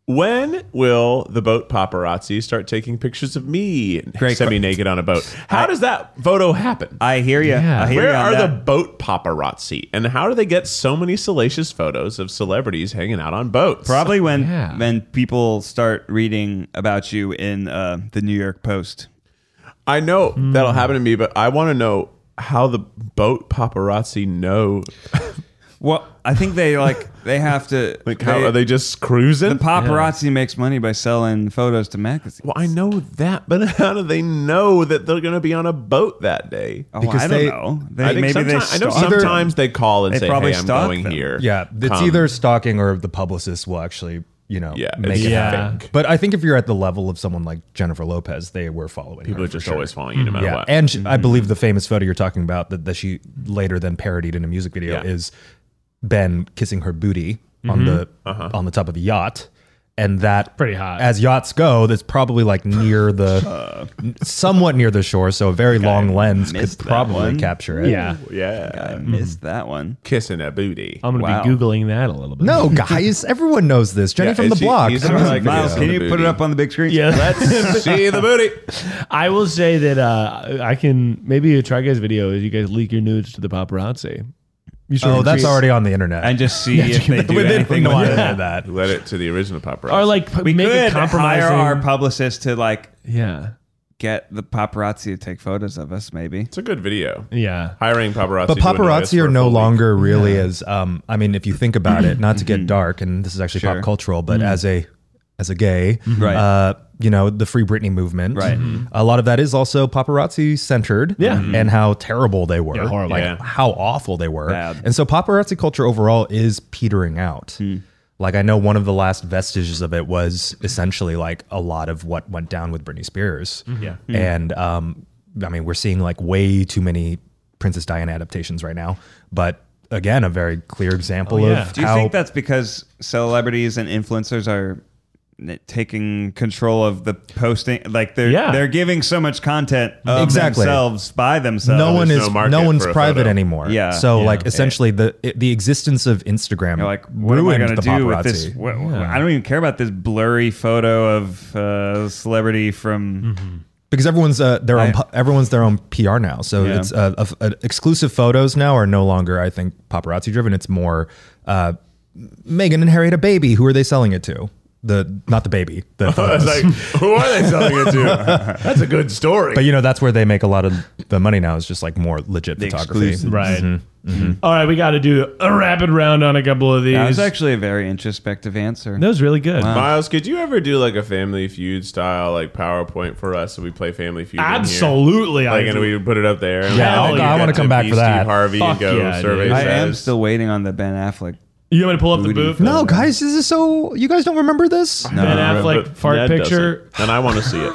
E: When will the boat paparazzi start taking pictures of me
D: Great
E: semi naked on a boat? How does that photo happen?
D: I hear you.
B: Yeah.
D: I hear
E: Where
D: you on
E: are the
D: that.
E: boat paparazzi? And how do they get so many salacious photos of celebrities hanging out on boats?
D: Probably when
B: Yeah.
D: when people start reading about you in uh, the New York Post.
E: I know that'll happen to me, but I want to know how the boat paparazzi know.
D: Well, I think they like they have to.
E: Like, how are they just cruising?
D: The paparazzi makes money by selling photos to magazines.
E: well, I know that, but how do they know that they're going to be on a boat that day?
D: Oh,
B: Because
D: I don't
B: they-
D: know. They,
E: I think
D: maybe they.
E: sometime- I know
D: stalk them.
E: sometimes they call and
D: They
E: say,
D: probably
E: "Hey, I'm
D: stalk
E: going
D: them.
E: here."
B: Yeah, it's
E: Come.
B: either stalking or the publicist will actually, you know,
E: yeah,
B: make
E: it's
B: it happen.
E: yeah.
C: fake.
B: But I think if you're at the level of someone like Jennifer Lopez, they were following
E: People
B: her
E: are
B: for
E: just
B: sure.
E: always following you no matter
B: Yeah,
E: what.
B: and she, I believe the famous photo you're talking about that, that she later then parodied in a music video
E: Yeah.
B: is Ben kissing her booty on the
E: Uh-huh.
B: on the top of a yacht, and that
C: Pretty hot.
B: as yachts go. That's probably like near the somewhat near the shore, so a very long lens could
D: Missed that
B: probably
D: one.
B: capture it.
C: yeah.
E: yeah,
D: I missed that one.
E: kissing a booty.
C: I'm gonna
D: Wow.
C: be googling that a little bit.
B: No, guys, everyone knows this. Jenny
E: Yeah,
B: from the
E: she-
B: block.
E: he's
B: I mean,
E: sort of like-
D: Miles,
E: Yeah.
D: can you put it up on the big screen?
C: Yeah.
E: Let's see the booty.
C: I will say that uh, I can maybe try guys video is you guys leak your nudes to the paparazzi. You sort
B: oh,
C: of
B: that's
C: create-
B: already on the internet.
D: And just see if they do
B: We didn't
D: anything.
B: know
D: with
B: I
D: it.
B: did that.
E: Let it to the original paparazzi.
C: or like p-
D: We
C: make
D: could
C: it compromising.
D: hire our publicist to like
C: yeah,
D: get the paparazzi to take photos of us. Maybe
E: it's a good video.
C: yeah.
E: Hiring paparazzi,
B: But
E: to annoy us
B: paparazzi
E: for
B: are
E: a
B: no
E: full week.
B: longer really as um I mean if you think about it, not to get dark and this is actually
D: Sure.
B: pop cultural, but as a as a gay,
D: Right.
B: uh, you know, the free Britney movement.
D: Right.
B: A lot of that is also paparazzi centered
C: Yeah. Mhm.
B: and how terrible they were.
C: Yeah, horrible.
B: Like
E: Yeah.
B: how awful they were.
D: Bad. Hmm.
B: And so paparazzi culture overall is petering out. Like I know one of the last vestiges of it was essentially like a lot of what went down with Britney Spears.
C: Yeah.
B: And um, I mean, we're seeing like way too many Princess Diana adaptations right now. But again, a very clear example
C: Oh, yeah.
B: of
D: Do you
B: how
D: think that's because celebrities and influencers are n- taking control of the posting? Like they're
C: Yeah.
D: they're giving so much content of
B: Exactly.
D: themselves by themselves.
B: no one
E: there's
B: is
E: no
B: no,
E: market
B: one's
E: for a
B: private
E: photo.
B: anymore.
D: Yeah.
B: So
C: Yeah.
B: like essentially the it- the existence of Instagram
D: You're like, what am I
B: ruined
D: going to
B: the
D: do
B: paparazzi.
D: with this? Wh- wh- I don't even care about this blurry photo of uh, celebrity from.
E: Mm-hmm.
B: because everyone's uh, their own
D: I-
B: pu- everyone's their own PR now. So
D: Yeah.
B: it's uh, of- uh, exclusive photos now are no longer I think paparazzi driven. It's more uh, Megan and Harry had a baby. Who are they selling it to? The not the baby. The
E: It's
B: photos.
E: like, who are they selling it to? That's a good story.
B: but you know that's where they make a lot of the money now. Is just like more legit photography.
D: exclusive.
C: Right. All right, we got to do a rapid round on a couple of these.
D: That was actually a very introspective answer.
C: that was really good.
E: Miles, could you ever do like a Family Feud style like PowerPoint for us? So we play Family Feud. in here?
C: Absolutely,
E: Like,
C: I
E: and
C: do.
E: we would put it up there. And
B: Yeah,
E: we
C: I-
E: could
C: I
E: get
B: wanna
E: to
B: come back
E: be
B: for that.
E: Steve Harvey
C: Fuck
E: and go
C: yeah,
E: survey
C: dude.
D: I
E: says.
D: am still waiting on the Ben Affleck.
C: You want me to pull up the
D: Booty
C: booth?
D: photo.
B: No, guys, this is so. You guys don't remember this?
C: Ben
E: Uh,
C: Affleck
E: but
C: fart
E: Ned
C: picture.
E: doesn't. and I want to see it.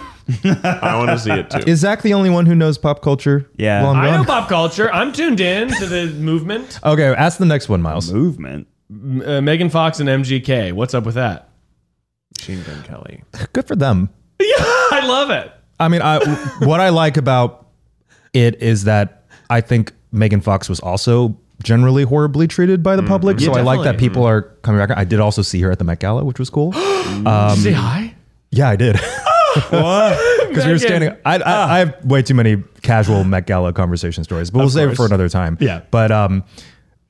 E: I want to see it too.
B: Is Zach the only one who knows pop culture?
D: Yeah.
B: While I'm
C: I know
B: gone?
C: pop culture. I'm tuned in to the movement.
B: Okay, ask the next one, Miles.
D: Movement.
C: Uh, Megan Fox and MGK. What's up with that?
E: Machine Gun Kelly.
B: Good for them.
C: Yeah, I love it.
B: I mean, I what I like about it is that I think Megan Fox was also generally horribly treated by the public. so I like that
C: Mm-hmm. definitely.
B: people are coming back. I did also see her at the Met Gala, which was cool.
E: Um,
C: Say hi.
B: yeah, I did. Because we were
C: Megan. Ah.
B: standing. I, I, I have way too many casual Met Gala conversation stories, but we'll save it for
C: course.
B: another time.
C: Yeah.
B: But um,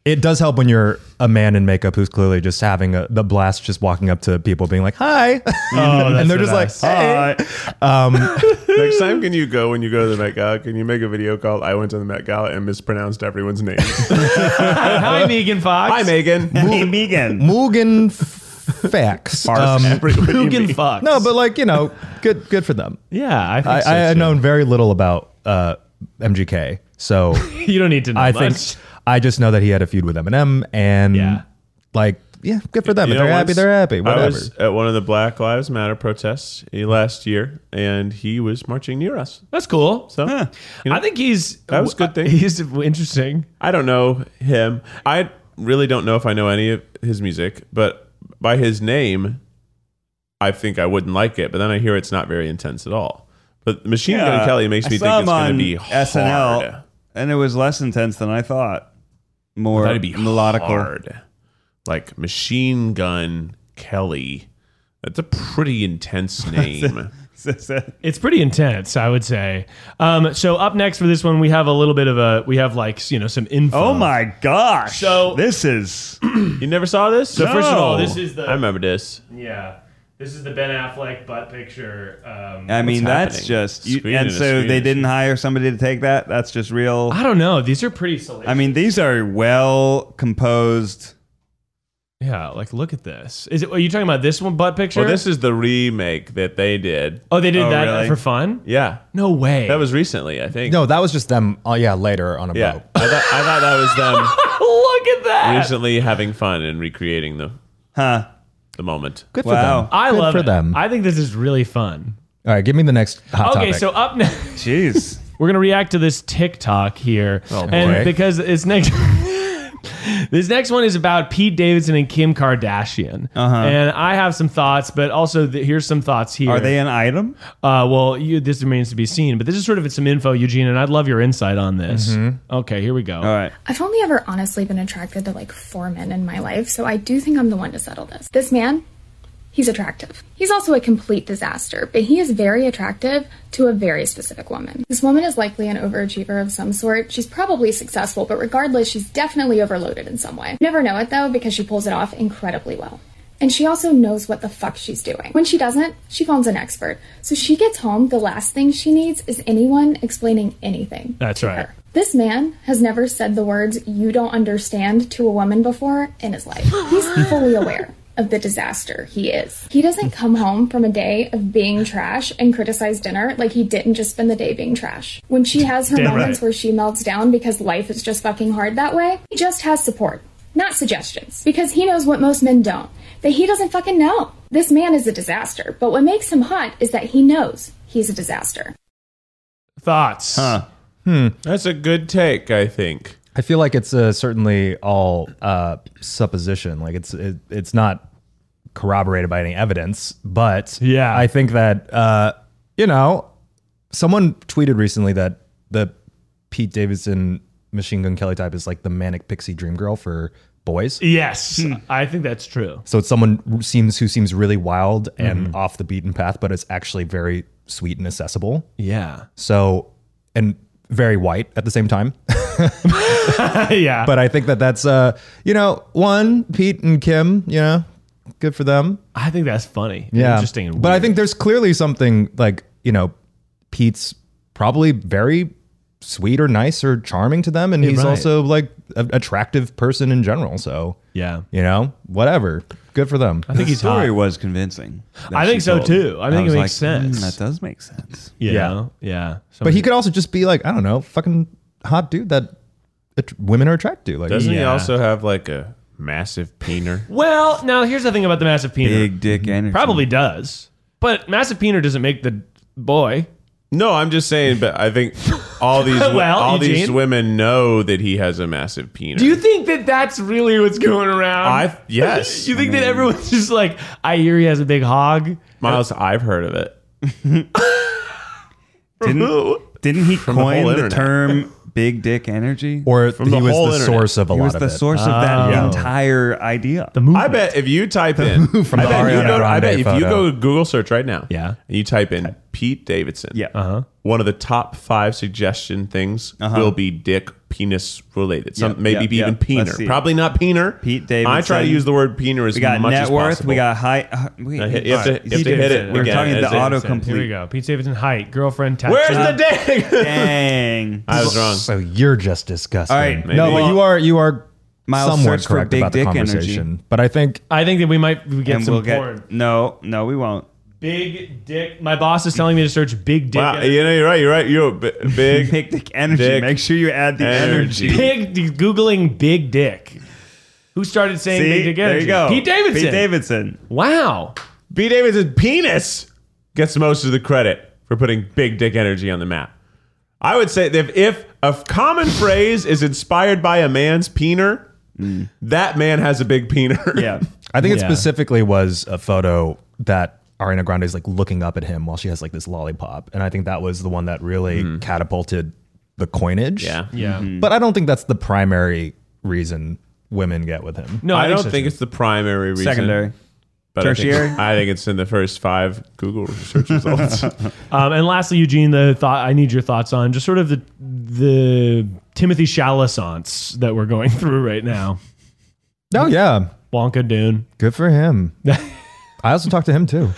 B: it does help when you're a man in makeup who's clearly just having a, the blast, just walking up to people being like, hi.
C: Oh, that's
B: and they're
C: the
B: just
C: best.
B: like, hey.
D: Hi.
E: Next time, can you go when you go to the Met Gala? Can you make a video called "I went to the Met Gala and mispronounced everyone's name"?
C: Hi, Megan Fox.
E: Hi, Megan.
D: Hey, Megan.
B: Mugen Facts. Um,
E: Every- what do you
C: Megan
E: mean?
C: Fox.
B: no, but like, you know, good good for them.
C: yeah, I think
B: I,
C: so
B: I had
C: too.
B: known very little about uh, MGK. So
C: You don't need to know
B: I
C: much.
B: think I just know that he had a feud with Eminem and
C: Yeah.
B: like yeah, good for them.
E: You
B: if
E: know,
B: they're happy,
E: once
B: they're happy. Whatever.
E: I was at one of the Black Lives Matter protests eh, last year, and he was marching near us.
C: That's cool.
E: So you know,
C: I think he's
E: That was a good thing.
C: He's interesting.
E: I don't know him. I really don't know if I know any of his music, but by his name, I think I wouldn't like it. But then I hear it's not very intense at all. But Machine Gun Kelly makes
D: I
E: me
D: saw
E: think it's
D: him
E: going
D: on
E: to be hard.
D: SNL, and it was less intense than I thought. More
E: I thought it'd be
D: melodical.
E: hard. Like Machine Gun Kelly. That's a pretty intense name.
C: It's pretty intense, I would say. Um, so up next for this one, we have a little bit of a we have like you know some info.
D: oh my gosh!
C: So-
D: this is
E: you never saw this? So
C: first of all, this is the-
E: I remember this.
C: Yeah, this is the Ben Affleck butt picture. Um,
D: I mean, that's
E: happening?
D: just. You,
E: Screen
D: and
E: it,
D: so
E: screen
D: they
E: it.
D: didn't hire somebody to take that. That's just real.
C: I don't know. These are pretty salacious.
D: I mean, these are well composed.
C: yeah, like look at this. Is it? Are you talking about this one butt picture?
E: Well, this is the remake that they did.
C: oh, they did
D: Oh,
C: that
D: really?
C: for fun.
E: Yeah.
C: No way.
E: That was recently, I think.
B: no, that was just them. Oh yeah, later on a
E: Yeah.
B: boat.
E: I thought, I thought that was them.
C: look at that.
E: recently having fun and recreating the
D: Huh.
E: the moment.
B: Good
D: Wow.
B: for them.
C: I
B: Good
C: love
B: for
C: it.
B: them.
C: I think this is really fun.
B: All right, give me the next hot
C: okay,
B: topic.
C: so up next.
D: Jeez.
C: We're gonna react to this TikTok here, and
B: Oh, boy.
C: because it's next. This next one is about Pete Davidson and Kim Kardashian, uh-huh. and I have some thoughts, but also th- here's some thoughts here.
D: Are they an item?
C: Uh, well, you, this remains to be seen, but this is sort of some info, Eugene, and I'd love your insight on this.
B: Mm-hmm.
C: Okay, here we go.
D: All right.
A: I've only ever honestly been attracted to like four men in my life, so I do think I'm the one to settle this. This man, he's attractive. He's also a complete disaster, but he is very attractive to a very specific woman. This woman is likely an overachiever of some sort. She's probably successful, but regardless, she's definitely overloaded in some way. Never know it though, because she pulls it off incredibly well. And she also knows what the fuck she's doing. When she doesn't, she phones an expert. So she gets home, the last thing she needs is anyone explaining anything.
C: That's
A: to
C: right.
A: her. This man has never said the words you don't understand to a woman before in his life. He's fully aware of the disaster he is. He doesn't come home from a day of being trash and criticize dinner like he didn't just spend the day being trash. When she has her
C: Damn
A: moments
C: right.
A: where she melts down because life is just fucking hard that way, he just has support, not suggestions, because he knows what most men don't, that he doesn't fucking know. This man is a disaster, but what makes him hot is that he knows he's a disaster.
C: Thoughts?
D: Huh.
E: That's a good take, I think.
B: I feel like it's uh, certainly all uh, supposition. Like it's it, it's not corroborated by any evidence, but
C: Yeah.
B: I think that uh, you know, someone tweeted recently that the Pete Davidson Machine Gun Kelly type is like the manic pixie dream girl for
C: E-
B: boys.
C: Yes,
B: Hmm.
C: I think that's true.
B: So it's someone who seems who seems really wild and off the beaten path, but it's actually very sweet and accessible.
C: Yeah,
B: So and very white at the same time.
C: yeah.
B: but I think that that's uh, you know, one Pete and Kim, you know, good for them.
C: I think that's funny. and
B: Yeah,
C: interesting. And
B: but I
C: weird.
B: think there's clearly something like you know, Pete's probably very sweet or nice or charming to them, and he's
C: right.
B: also like an attractive person in general. So
C: yeah,
B: you know, whatever, good for them.
C: I think
D: the
C: he's hot.
D: story was convincing. that
C: I think
D: she
C: so,
D: told.
C: too. I think it
D: was "Hmm,
C: makes sense.
D: that does make sense.
C: Yeah,
B: Yeah.
C: yeah. yeah.
B: But he could also just be like, I don't know, fucking hot dude that att- women are attracted to. Like,
E: Doesn't he
C: Yeah.
E: also have like a massive peener?
C: Well, now here's the thing about the massive penis.
D: Big dick energy.
C: Probably does, but massive peener doesn't make the boy.
E: No, I'm just saying, but I think all these wo-
C: Well,
E: all these
C: Eugene?
E: women know that he has a massive peener.
C: Do you think that that's really what's going around?
E: I yes,
C: you think that everyone's just like, I hear he has a big hog.
E: Miles? I've heard of it.
D: Didn't, didn't he
E: the whole
D: coin the,
E: internet.
D: term "big dick energy"?
B: or
E: From
B: he
E: the
B: was
E: whole
B: the
E: internet.
B: source of a
D: he
B: lot
D: was
B: of
D: the
B: it.
D: source of that entire idea.
C: The movie.
E: I bet if you type in
B: from
E: I
B: the
E: bet, you
B: Ariana
E: go, I
B: Grande
E: bet if you
B: photo.
E: go to Google search right now,
C: Yeah.
E: and you type in Pete Davidson,
D: Yeah.
C: Uh-huh.
E: one of the top five suggestion things will be dick penis related. Some
D: Uh-huh. Yeah,
E: maybe
D: yeah,
E: even
D: yeah. Let's
E: peener.
D: see.
E: Probably not peener.
D: Pete
E: I try to
D: Davidson.
E: use the word peener as
D: we got
E: much
D: net
E: as
D: worth.
E: possible.
D: We got high. Uh, we,
E: Uh, hit- you have to-
D: alright.
E: you have to hit it
D: We're
E: again
D: talking the
E: as it-
C: Here we
D: autocomplete.
C: go. Pete Davidson, height, girlfriend, tattoo.
E: Where's the dick?
D: Dang.
E: I was wrong.
B: So you're just disgusting.
D: All right,
B: no,
E: maybe.
B: but you are you are
D: Miles,
B: somewhat
D: search for
B: correct
D: big
B: about the
D: dick
B: conversation. But I think
C: I think that we might we get
D: and
C: some
D: we'll get
C: porn.
D: no, no, we won't.
C: Big dick. My boss is telling me to search big dick.
E: Wow, you know you're right. You're right. You're a bi- big.
D: Big dick energy.
E: Dick
D: Make sure you add the energy.
E: energy.
C: Big googling big dick. Who started saying
D: See,
C: big dick
D: there
C: energy?
D: you go.
C: Pete Davidson.
D: Pete Davidson.
C: Wow.
E: B. Davidson's penis gets most of the credit for putting big dick energy on the map. I would say that if a common phrase is inspired by a man's peener, that man has a big peener.
D: Yeah.
B: I think it
C: Yeah.
B: specifically was a photo that Ariana Grande is like looking up at him while she has like this lollipop, and I think that was the one that really catapulted the coinage.
E: yeah.
C: Yeah.
B: but I don't think that's the primary reason women get with him.
C: No,
E: I don't
C: so,
E: think it's the primary reason.
D: Secondary.
E: but I think-
D: Tertiary?
E: I think, it's in the first five Google search results.
C: too. Um, and lastly, Eugene, the thought I need your thoughts on just sort of the the Timothy Chalasance that we're going through right now.
B: Oh yeah,
C: Wonka Dune.
B: good for him. I also talked to him too.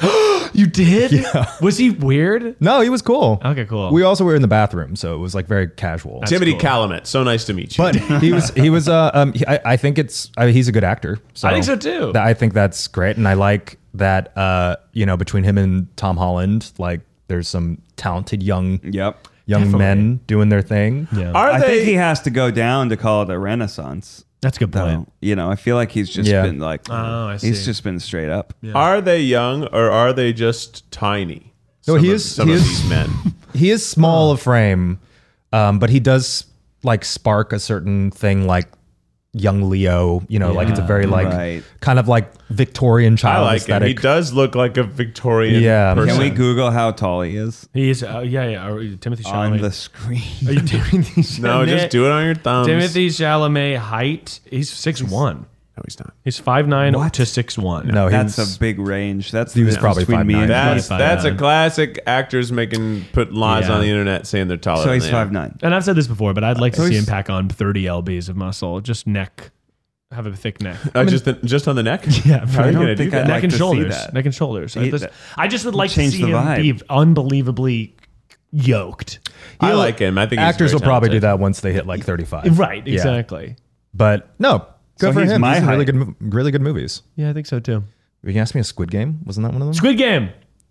C: You did? Was he weird?
B: No, he was cool.
C: Okay, cool.
B: We also were in the bathroom, so it was like very casual.
E: Timothy
C: cool.
E: Calumet, so nice to meet you.
B: But he was he was uh, um he, I, I think it's I mean, he's a good actor. So
C: I think so, too.
B: th- I think that's great, and I like that uh you know between him and Tom Holland, like there's some talented young
D: Yep.
B: young men doing their thing.
C: yeah.
E: are
D: I
E: they?
D: think he has to go down to call it a renaissance.
C: That's a good
D: Though,
C: point.
D: you know, I feel like he's just
B: Oh. Yeah.
D: been like,
C: Oh, I
D: he's
C: see.
D: just been straight up.
E: Are they young or are they just tiny?
B: No,
E: some
B: he
E: of,
B: is-
E: Some
B: he
E: of
B: is-
E: these men.
B: He is small of frame, um, but he does like spark a certain thing like young Leo. You know, like it's a very like
D: Right.
B: kind of like Victorian
E: I
B: child
E: like him.
B: aesthetic.
E: He does look like a Victorian.
B: Yeah.
E: person.
D: Can we Google how tall he is
C: He is, uh, yeah, yeah. Are you- Timothy
D: on
C: Chalamet.
D: the screen?
C: Are you Timothy Chalamet?
E: No, just do it on your thumbs.
C: Timothy Chalamet height. He's six one.
E: No, he's not.
C: He's five nine to six one.
B: no, he
D: That's
B: was-
D: a big range. That's
B: He was
D: the
B: probably
D: difference between
B: 5'9".
D: me and
E: That's
C: five
E: that's a
C: nine.
E: classic actors making put lies
C: Yeah.
E: on the internet saying they're taller.
D: so
E: than
D: he's
E: they are.
D: five nine.
C: And I've said this before, but I'd like to
D: So
C: see him
D: he's-
C: pack on thirty lbs of muscle, just neck, have a thick neck.
E: Uh, just the, just on the neck.
C: Yeah,
E: How are you
D: I don't
E: gonna do
D: think I'd
E: that?
D: like
C: neck and
D: to see
C: shoulders,
D: that.
C: neck and shoulders. I
D: He-
C: just, I just would like to
D: Change
C: see
D: the
C: him
D: vibe.
C: be unbelievably yoked.
E: I
B: he'll-
E: like him. I think he's
B: actors
E: very
B: will probably do
E: talented.
B: that once they hit like 35.
C: Right,
B: Yeah.
C: exactly.
B: But no, good
D: So
B: for
D: he's
B: him.
D: my
B: He's in really
D: height.
B: good, mo- really good movies.
C: Yeah, I think so too.
B: You asked me a Squid Game. Wasn't that one of them?
C: Squid Game,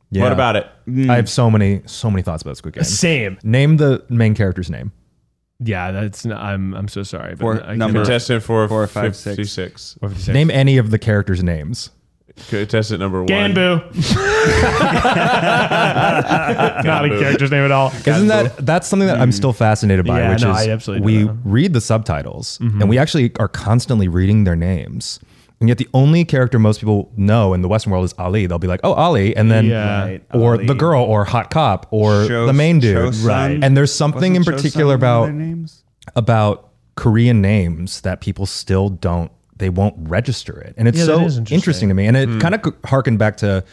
B: Yeah.
E: What about it?
D: Mm.
B: I have so many, so many thoughts about Squid Game.
C: same.
B: Name the main character's name.
C: Yeah, that's. Not, I'm. I'm so sorry. But
D: For
C: I
D: number-
C: cannot-
E: Contestant four,
D: Four, five, six.
E: 56.
C: what did you say?
B: Name any of the characters' names.
E: Contestant number one.
C: Ganbu. Not a
E: Ganbu.
C: character's name at all.
B: Isn't that that's something that I'm still fascinated by?
C: Yeah,
B: which
C: no,
B: is
C: I absolutely
B: we
C: know.
B: read the subtitles and we actually are constantly reading their names, and yet the only character most people know in the Western world is Ali. They'll be like, "Oh, Ali," and then
C: Yeah.
D: Right,
B: or
D: Ali.
B: the girl or hot cop or
D: Cho-
B: the main dude.
D: Cho-sun. Right.
B: And there's something in
D: Wasn't
B: particular
D: Chosun one of
B: about
D: their names?
B: about Korean names that people still don't they won't register it. And it's
C: Yeah, that
B: so
C: is
B: interesting.
C: interesting.
B: to me. And it kind of harkened back to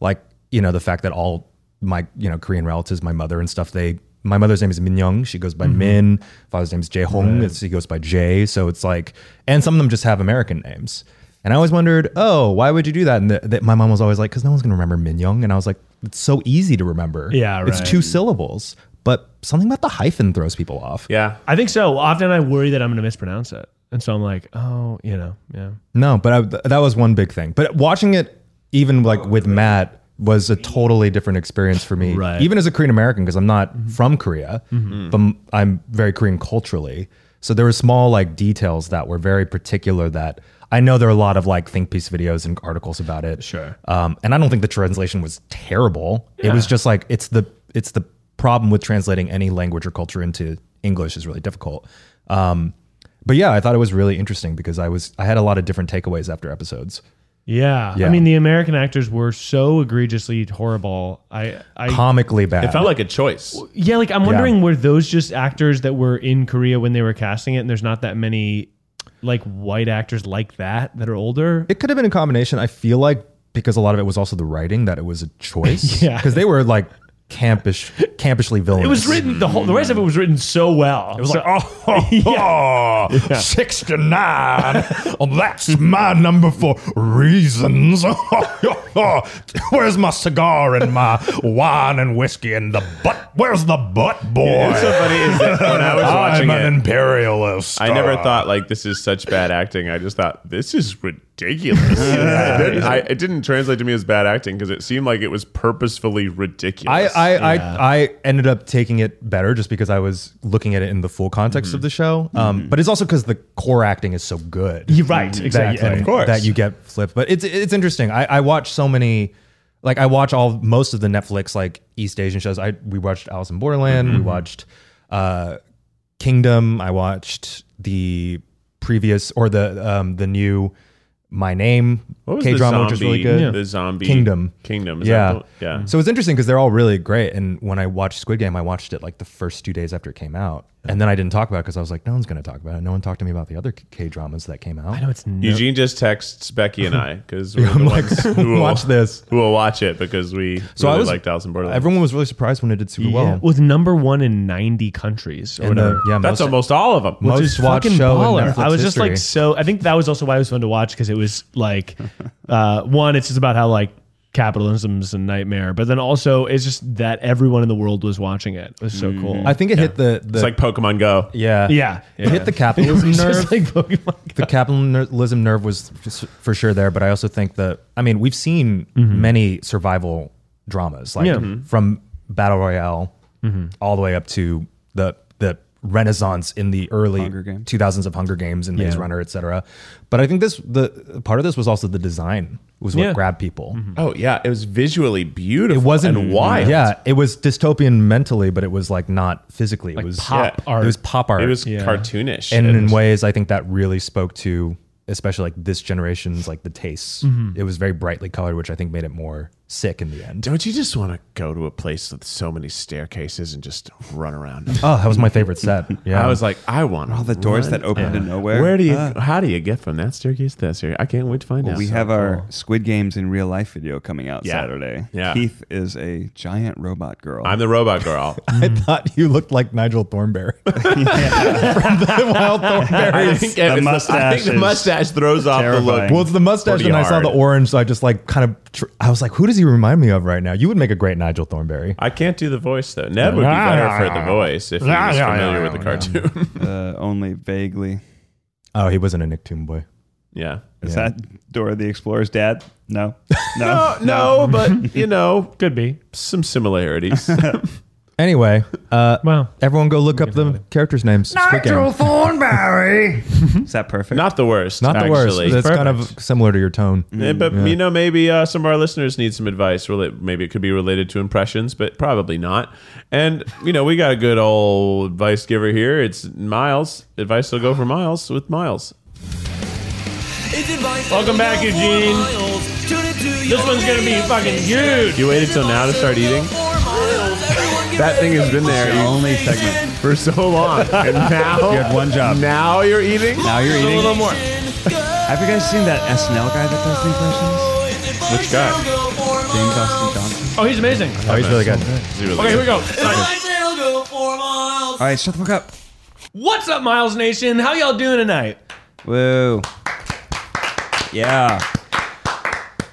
B: like, you know, the fact that all my, you know, Korean relatives, my mother and stuff, they my mother's name is Min Young, she goes
C: Mm-hmm.
B: by Min. Father's name is Jae Hong, it's he goes by Jay. So it's like and some of them just have American names. And I always wondered, oh, why would you do that? And th- th- my mom was always like, because no one's going to remember Min Young. And I was like, it's so easy to remember.
C: Yeah,
B: It's
C: right.
B: two syllables, but something about the hyphen throws people off.
E: Yeah.
C: I think so. Often I worry that I'm going to mispronounce it, and so I'm like, oh, you know, yeah.
B: No, but I, th- that was one big thing. But watching it, even like with Matt, was a totally different experience for me.
C: Right. Mm-hmm.
B: Even as a Korean American, because I'm not from Korea, but m- I'm very Korean culturally. So there were small like details that were very particular. That I know there are a lot of like think piece videos and articles about it.
C: Sure.
B: Um, and I don't think the translation was terrible. It was just like it's the it's the problem with translating any language or culture into English is really difficult. Um, but yeah, I thought it was really interesting because I was I had a lot of different takeaways after episodes.
C: yeah,
B: Yeah.
C: I mean, the American actors were so egregiously horrible. I, I,
B: Comically bad.
E: It felt like a choice.
C: yeah, like I'm wondering were those just actors that were in Korea when they were casting it, and there's not that many like white actors like that that are older.
B: it could have been a combination. I feel like because a lot of it was also the writing that it was a choice.
C: Yeah.
B: Because they were like campish, campishly villainous.
C: It was written the whole the rest of it was written so well. It was like
B: Oh, six to nine. oh, that's my number for reasons. Where's my cigar and my wine and whiskey and the butt? Where's the butt boy?
E: What's so funny is that when I was watching it,
B: imperialist. Uh,
E: I never thought like this is such bad acting. I just thought this is ridiculous. it, didn't, I, it didn't translate to me as bad acting because it seemed like it was purposefully
B: I
E: ridiculous.
B: I, I I ended up taking it better just because I was looking at it in the full context
E: Mm-hmm.
B: of the show. Um, But it's also because the core acting is so good.
C: You're right, exactly.
B: That, you-
C: Of course.
B: That you get flipped. But it's it's interesting. I, I watch so many like I watch all most of the Netflix like East Asian shows. I we watched Alice in Borderland,
E: Mm-hmm.
B: we watched uh Kingdom, I watched the previous or the um the new My Name
E: What was
B: K drama,
E: the
B: which is really
E: zombie-
B: good.
E: The zombie
B: Kingdom.
E: Kingdom. Is
B: Yeah. Mm-hmm.
E: That, the- yeah.
C: Mm-hmm.
B: So it's interesting because they're all really great. And when I watched Squid Game, I watched it like the first two days after it came out. And then I didn't talk about it because I was like, no one's going to talk about it. No one talked to me about the other K dramas that came out. I
C: No, it's no.
E: Eugene just texts Becky and I because we're the
B: I'm like,
E: ones who will,
B: watch this.
E: who will watch it because we
B: So
E: really
B: I was
E: liked Alice in Borderland.
B: Everyone was really surprised when it did super
C: Yeah,
B: well.
C: it was number one in 90 countries or
B: And
C: whatever.
B: the, yeah,
E: That's
B: most,
E: almost all of them.
B: most
C: Just
B: watched
C: fucking
B: show in
C: baller.
B: Netflix
C: I was just like
B: history.
C: so. I think that was also why it was fun to watch because it was like, uh, one, it's just about how like capitalism's a nightmare, but then also it's just that everyone in the world was watching it. It was so cool.
B: I think it hit the, the
E: It's like Pokemon Go.
B: yeah
C: yeah,
B: It hit the
C: It was
B: capitalism nerve.
C: just like Pokemon.
B: the capitalism nerve was just for sure there, but I also think that I mean we've seen many survival dramas like
C: Mm-hmm. Yeah. Mm-hmm.
B: from battle royale all the way up to the the renaissance in the early
D: Hunger Games.
B: 2000s of Hunger Games and Maze
C: Yeah.
B: Runner, etc. But I think this the part of this was also the design was what
C: Yeah. Mm-hmm.
B: grabbed people.
E: Oh yeah, it was visually beautiful.
B: It wasn't
E: and wild.
B: Yeah, it was dystopian mentally, but it was like not physically. it was
C: pop
B: yeah,
C: art.
B: It was pop art.
E: it was
C: Yeah.
E: cartoonish.
B: and in
E: and-
B: ways I think that really spoke to especially like this generation's like the tastes.
E: Mm-hmm.
B: It was very brightly colored, which I think made it more sick in the end.
E: don't you just want to go to a place with so many staircases and just run around?
B: Oh, that was my favorite set. Yeah,
E: I was like, I want
D: All the doors that open to nowhere.
E: Where do you?
D: Ah.
E: how do you get from that staircase to that staircase? I can't wait to find out.
D: we have our Squid Games in real life video coming out
E: Yeah.
D: Saturday.
E: Yeah.
D: Keith is a giant robot girl.
E: I'm the robot girl.
B: I thought you looked like Nigel Thornberry from the Wild
E: I
B: Thornberries.
E: think, it's- I think
D: mustache
E: the
D: is
E: mustache throws off the look.
D: terrifying.
B: Well, it's the mustache,
E: Pretty
B: and I saw
E: hard.
B: the orange, so I just like kind of. Tr- I was like, "Who does he remind me of right now?" You would make a great Nigel Thornberry.
E: I can't do the voice though. Ned would be better for the voice if he was familiar with the cartoon.
D: uh, only vaguely.
B: Oh, he wasn't a Nicktoon boy.
E: yeah.
D: Is
B: Yeah.
D: that Dora the Explorer's dad? No. No.
E: No, Uh, no, but you know,
C: Could be.
E: some similarities.
B: Anyway, uh,
C: Wow.
B: everyone go look up the characters' names. Squid Game.
D: Thornberry. is that perfect?
E: Not the worst.
B: Not the worst.
E: actually.
B: That's kind of similar to your tone.
E: Yeah, Eh,
D: Mm,
E: but you know, maybe uh, some of our listeners need some advice. Rela- Maybe it could be related to impressions, but probably not. And you know, we got a good old advice giver here. It's Miles. Advice will go for Miles with Miles.
C: Welcome back, Eugene. This one's gonna be fucking huge.
E: You waited till now to start eating. That thing has been there
D: Your only segment.
E: for so long, and now
D: You had one job.
E: Now you're eating.
D: Now you're eating.
C: A little more.
D: Have you guys seen that SNL guy that does the impressions?
E: Which guy?
D: James Austin Johnson.
C: Oh, he's amazing.
B: Oh, he's really good.
E: Is he really
C: Okay, here we
E: good?
C: go.
D: All right, shut the fuck up.
C: What's up, Miles Nation? How y'all doing tonight?
D: Woo. Yeah.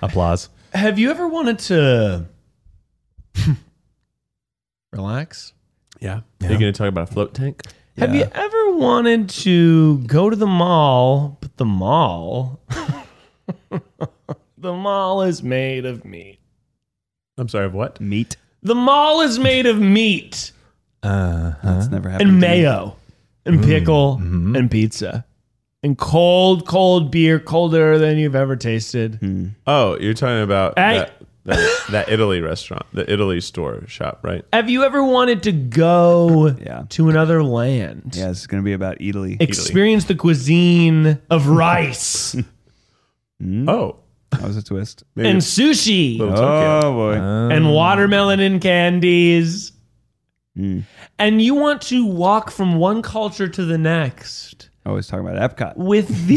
B: Applause.
C: Have you ever wanted to relax?
E: Yeah. You're going to talk about a float tank?
C: Have you ever wanted to go to the mall, but the mall, the mall is made of meat.
E: I'm sorry. of What?
D: Meat.
C: The mall is made of meat
D: That's
B: Mm-hmm.
D: never happened.
C: and
D: to me.
C: mayo and pickle and pizza and cold, cold beer, colder than you've ever tasted.
B: Mm.
E: Oh, you're talking about
C: Hey.
E: that, that, that Italy restaurant, the Italy store shop, right?
C: Have you ever wanted to go
D: Yeah.
C: to another land?
D: Yeah, this is going to be about Italy.
C: Experience the cuisine of rice
E: Oh,
D: That was a twist.
E: maybe
C: and
E: it's
C: sushi.
E: Little Tokyo.
D: Oh, boy.
C: and watermelon and candies. And you want to walk from one culture to the next
D: Always talking about Epcot.
C: with the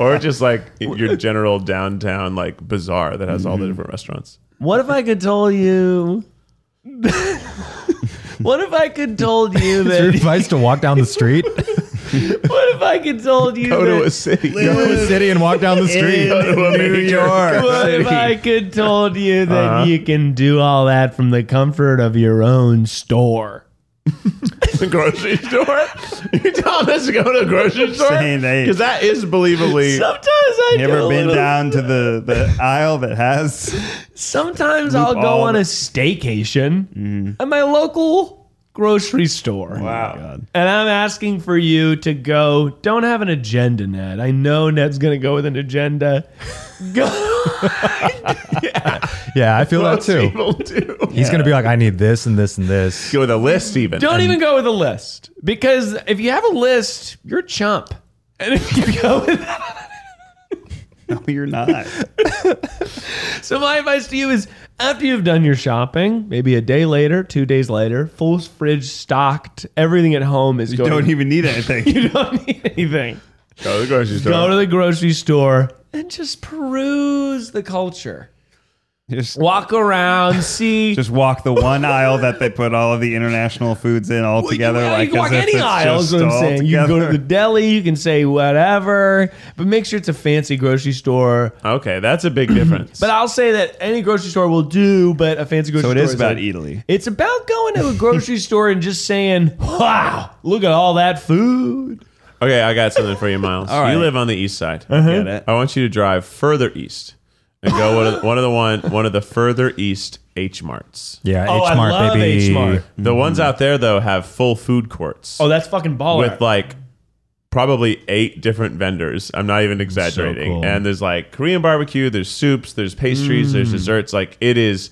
E: or just like your general downtown like bazaar that has all the different restaurants.
C: What if I could tell you What if I could told you
B: Is your
C: that
B: advice to walk down the street?
C: What if I could told you
E: Go to a
C: that
E: city.
B: go to a city and walk down the street.
E: Go to a major-
C: what if I could told you that you can do all that from the comfort of your own store?
E: the grocery store? You're telling us to go to a grocery store?
D: Saying they-
E: Because that is believably.
F: Sometimes I
D: You
F: go
D: ever
F: a
D: been
F: little-
D: down to the, the aisle that has?
C: Sometimes I'll go
D: all
C: on
D: the-
C: a staycation at my local grocery store.
D: Wow. God.
C: And I'm asking for you to go. Don't have an agenda, Ned. I know Ned's going to go with an agenda. Go.
B: Yeah, I feel that
E: Most
B: too.
E: people do.
B: He's gonna be like, I need this and this and this.
E: Go with a list, even.
C: Don't even go with a list because if you have a list, you're a chump. And if you go with
D: No, you're not.
C: so, my advice to you is after you've done your shopping, maybe a day later, two days later, full fridge stocked, everything at home is going.
D: Don't even need anything.
C: you don't need anything.
E: go to the grocery store.
C: Go to the grocery store and just peruse the culture.
D: Just,
C: Walk around, see.
D: just walk the one aisle that they put all of the international foods in all together.
C: you,
D: like
C: can walk
D: as if
C: any
D: it's
C: aisle. Is
D: just
C: what I'm
D: all
C: saying. You can go to the
D: together.
C: deli. You can say whatever, but make sure it's a fancy grocery store.
E: Okay, that's a big difference.
C: But I'll say that any grocery store will do, but a fancy grocery
D: So it
C: store
D: is about
C: a-
D: Italy.
C: It's about going to a grocery store and just saying, "Wow, look at all that food."
E: okay, I got something for you, Miles.
D: right.
E: You live on the east side.
B: Uh-huh.
D: Get it?
E: I want you to drive further east and go one of the, one of the one one of the further east H marts.
B: Yeah,
C: Oh, I
B: H Mart,
C: love
B: baby.
C: H-Mart.
B: Mm-hmm.
E: The ones out there though have full food courts
C: Oh, that's fucking baller.
E: with like probably eight different vendors. I'm not even exaggerating.
B: cool.
E: And there's like Korean barbecue, there's soups, there's pastries, there's
B: Mm.
E: desserts. Like it is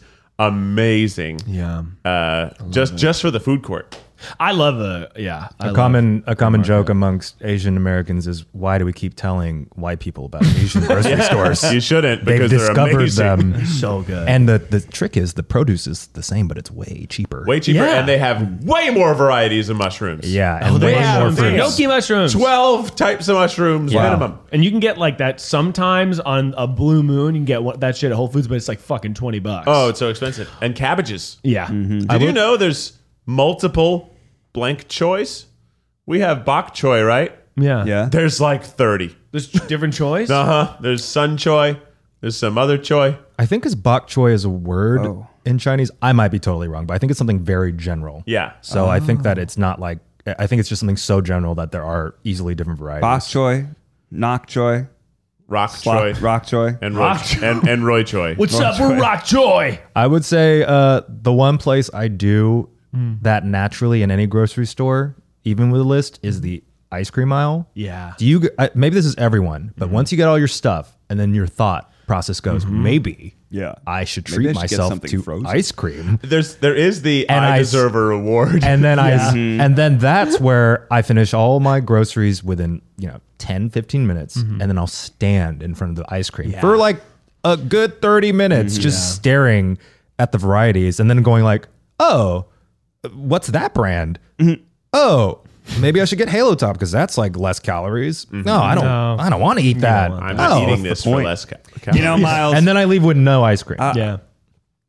E: amazing.
C: yeah,
E: Uh, just just for the food court.
C: I love a yeah. I
B: A
C: love-
B: common a common joke amongst Asian Americans is why do we keep telling white people about Asian grocery stores?
E: You shouldn't
B: They've
E: because they're
B: discovered
E: amazing.
B: them.
C: so good.
B: And the, the trick is the produce is the same, but it's way cheaper.
E: Way cheaper,
C: Yeah.
E: and they have way more varieties of mushrooms.
B: yeah, and way
C: Oh, They have
B: more fruits.
C: gnocchi mushrooms.
E: 12 types of mushrooms
B: Wow.
E: minimum.
C: And you can get like that sometimes on a blue moon. You can get one, that shit at Whole Foods, but it's like fucking twenty bucks.
E: Oh, it's so expensive. And cabbages.
C: yeah.
E: Did you know there's multiple blank choice? We have bok choy, right?
C: yeah,
D: Yeah.
E: There's like 30.
C: There's different choice.
E: Uh
D: Uh-huh.
E: huh. There's sun choy. There's some other choy.
B: I think is bok choy is a word
D: Oh.
B: in Chinese. I might be totally wrong, but I think it's something very general.
E: Yeah.
B: So I think
D: Oh.
B: that it's not like I think it's just something so general that there are easily different varieties.
D: Bok choy, nok choy,
E: Rock
D: rock,
E: choy.
D: rock choy.
E: And Roy, and, and Roy Choi.
C: What's up? We're Rock Joy.
B: I would say uh, the one place I do that naturally in any grocery store, even with a list,
D: Hmm.
B: is the ice cream aisle.
C: Yeah.
B: Do you? g- I- Maybe this is everyone, but once you get all your stuff, and then your thought process goes, maybe
D: Mm-hmm. Yeah.
B: I should treat
D: Maybe I should get
B: myself
D: something
B: to
D: frozen.
B: ice cream,
E: There's there is the
B: And
E: I,
B: I-
E: deserve a reward.
B: and then I and then that's where I finish all my groceries within you know 10, 15 minutes, and then I'll stand in front of the ice cream for like a good thirty minutes, just staring at the varieties, and then going like, oh, what's that brand? Oh. Maybe I should get Halo Top because that's like less calories. No, I don't. I don't want to eat that.
E: I'm not
B: Oh.
E: eating this for
D: point?
E: less. Ca-
D: You know, Miles,
B: And then I leave with no ice cream.
C: Yeah.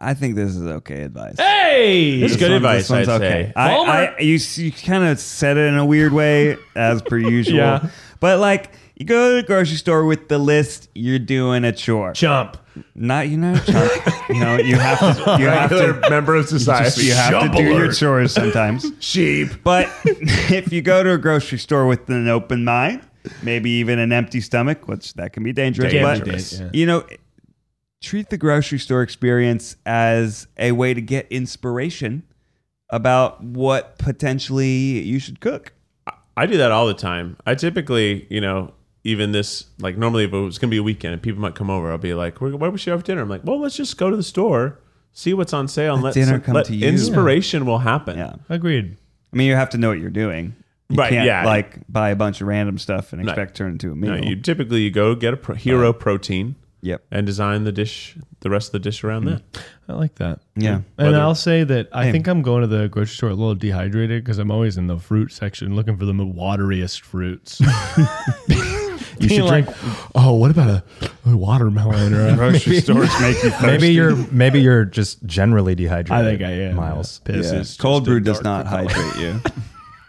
D: I think this is okay advice.
C: Hey.
E: it's good
D: This one-
E: advice,
D: this one's
E: I'd
D: okay.
E: say.
C: Homer.
D: I, I, you you kind of said it in a weird way, as per usual.
C: Yeah.
D: But like, you go to the grocery store with the list. You're doing a chore.
C: Chump.
D: Not you know, chump. you know, you have to. You have
E: Regular
D: to.
E: member of
D: just-
E: society.
D: you have to do
E: Shoveler.
D: your chores sometimes.
E: sheep.
D: But if you go to a grocery store with an open mind, maybe even an empty stomach, which that can be dangerous,
E: Dangerous,
D: but
C: yeah.
D: you know, treat the grocery store experience as a way to get inspiration about what potentially you should cook.
E: I do that all the time. I typically, you know, even this, like normally if it was going to be a weekend and people might come over, I'll be like, "Where- where should we have dinner? I'm like, well, let's just go to the store, see what's on sale, and let,
D: dinner
E: some-
D: come
E: let
D: to you.
E: inspiration will happen.
D: Yeah.
C: Agreed.
D: I mean, you have to know what you're doing. You
E: Right,
D: can't
E: yeah.
D: like buy a bunch of random stuff and expect to turn into a meal.
E: No, you typically you go get a pro- hero protein
D: yep.
E: and design the dish, the rest of the dish around
D: Mm-hmm.
E: that.
C: I like that.
D: Yeah.
C: And
E: Whether-
C: I'll say that I think I'm going to the grocery store a little dehydrated because I'm always in the fruit section looking for the wateriest fruits. you should drink. Oh, what about a, a watermelon or a
D: Grocery stores make you thirsty.
B: maybe you're maybe you're just generally dehydrated.
C: I think I am.
B: Miles.
C: Yeah. Piss
D: Yeah.
C: is
D: Cold
C: just a
D: brew does
C: dark
D: not hydrate you.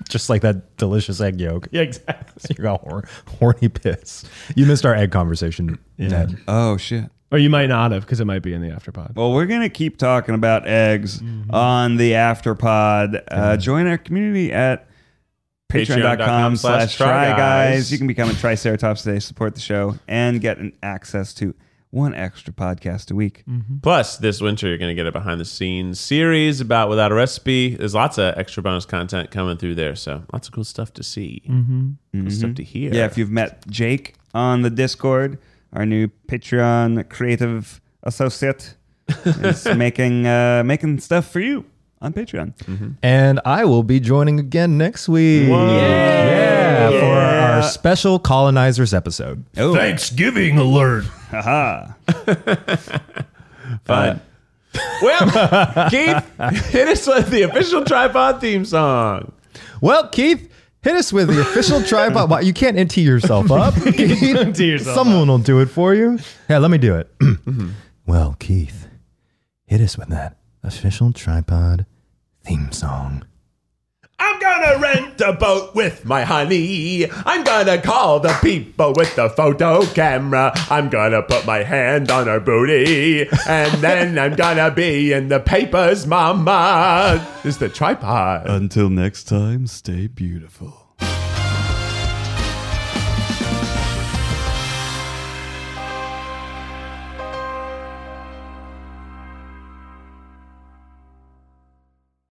B: Just like that delicious egg yolk.
C: Yeah, exactly.
B: You got hor- horny piss. You missed our egg conversation, Ned.
D: Oh shit.
C: Or you might not have because it might be in the afterpod.
D: Well, we're going to keep talking about eggs on the afterpod. Uh, join our community at
E: Patreon.com
D: patreon.com slash
E: slash
D: try
E: Try
D: guys.
E: Guys.
D: You can become a triceratops today, support the show, and get an access to one extra podcast a week.
E: Plus, this winter you're going to get a behind the scenes series about without a recipe. There's lots of extra bonus content coming through there, so lots of cool stuff to see, mm-hmm. cool stuff to hear.
D: Yeah, if you've met Jake on the Discord, our new Patreon creative associate is making uh, making stuff for you on Patreon.
B: And I will be joining again next week. Yeah, for
D: Yeah.
B: our special colonizers episode.
D: Oh,
C: Thanksgiving alert.
D: haha.
E: fun. well, Keith, hit us with the official tripod theme song.
B: Well, Keith, hit us with the official tripod. Why- You can't NT yourself up. Keith.
C: Tee yourself
B: Someone will do it for you. Yeah, let me do it. Well, Keith, hit us with that official tripod theme song.
E: I'm gonna rent a boat with my honey. I'm gonna call the people with the photo camera. I'm gonna put my hand on her booty. And then I'm gonna be in the papers, mama. This is the tripod.
D: Until next time, stay beautiful.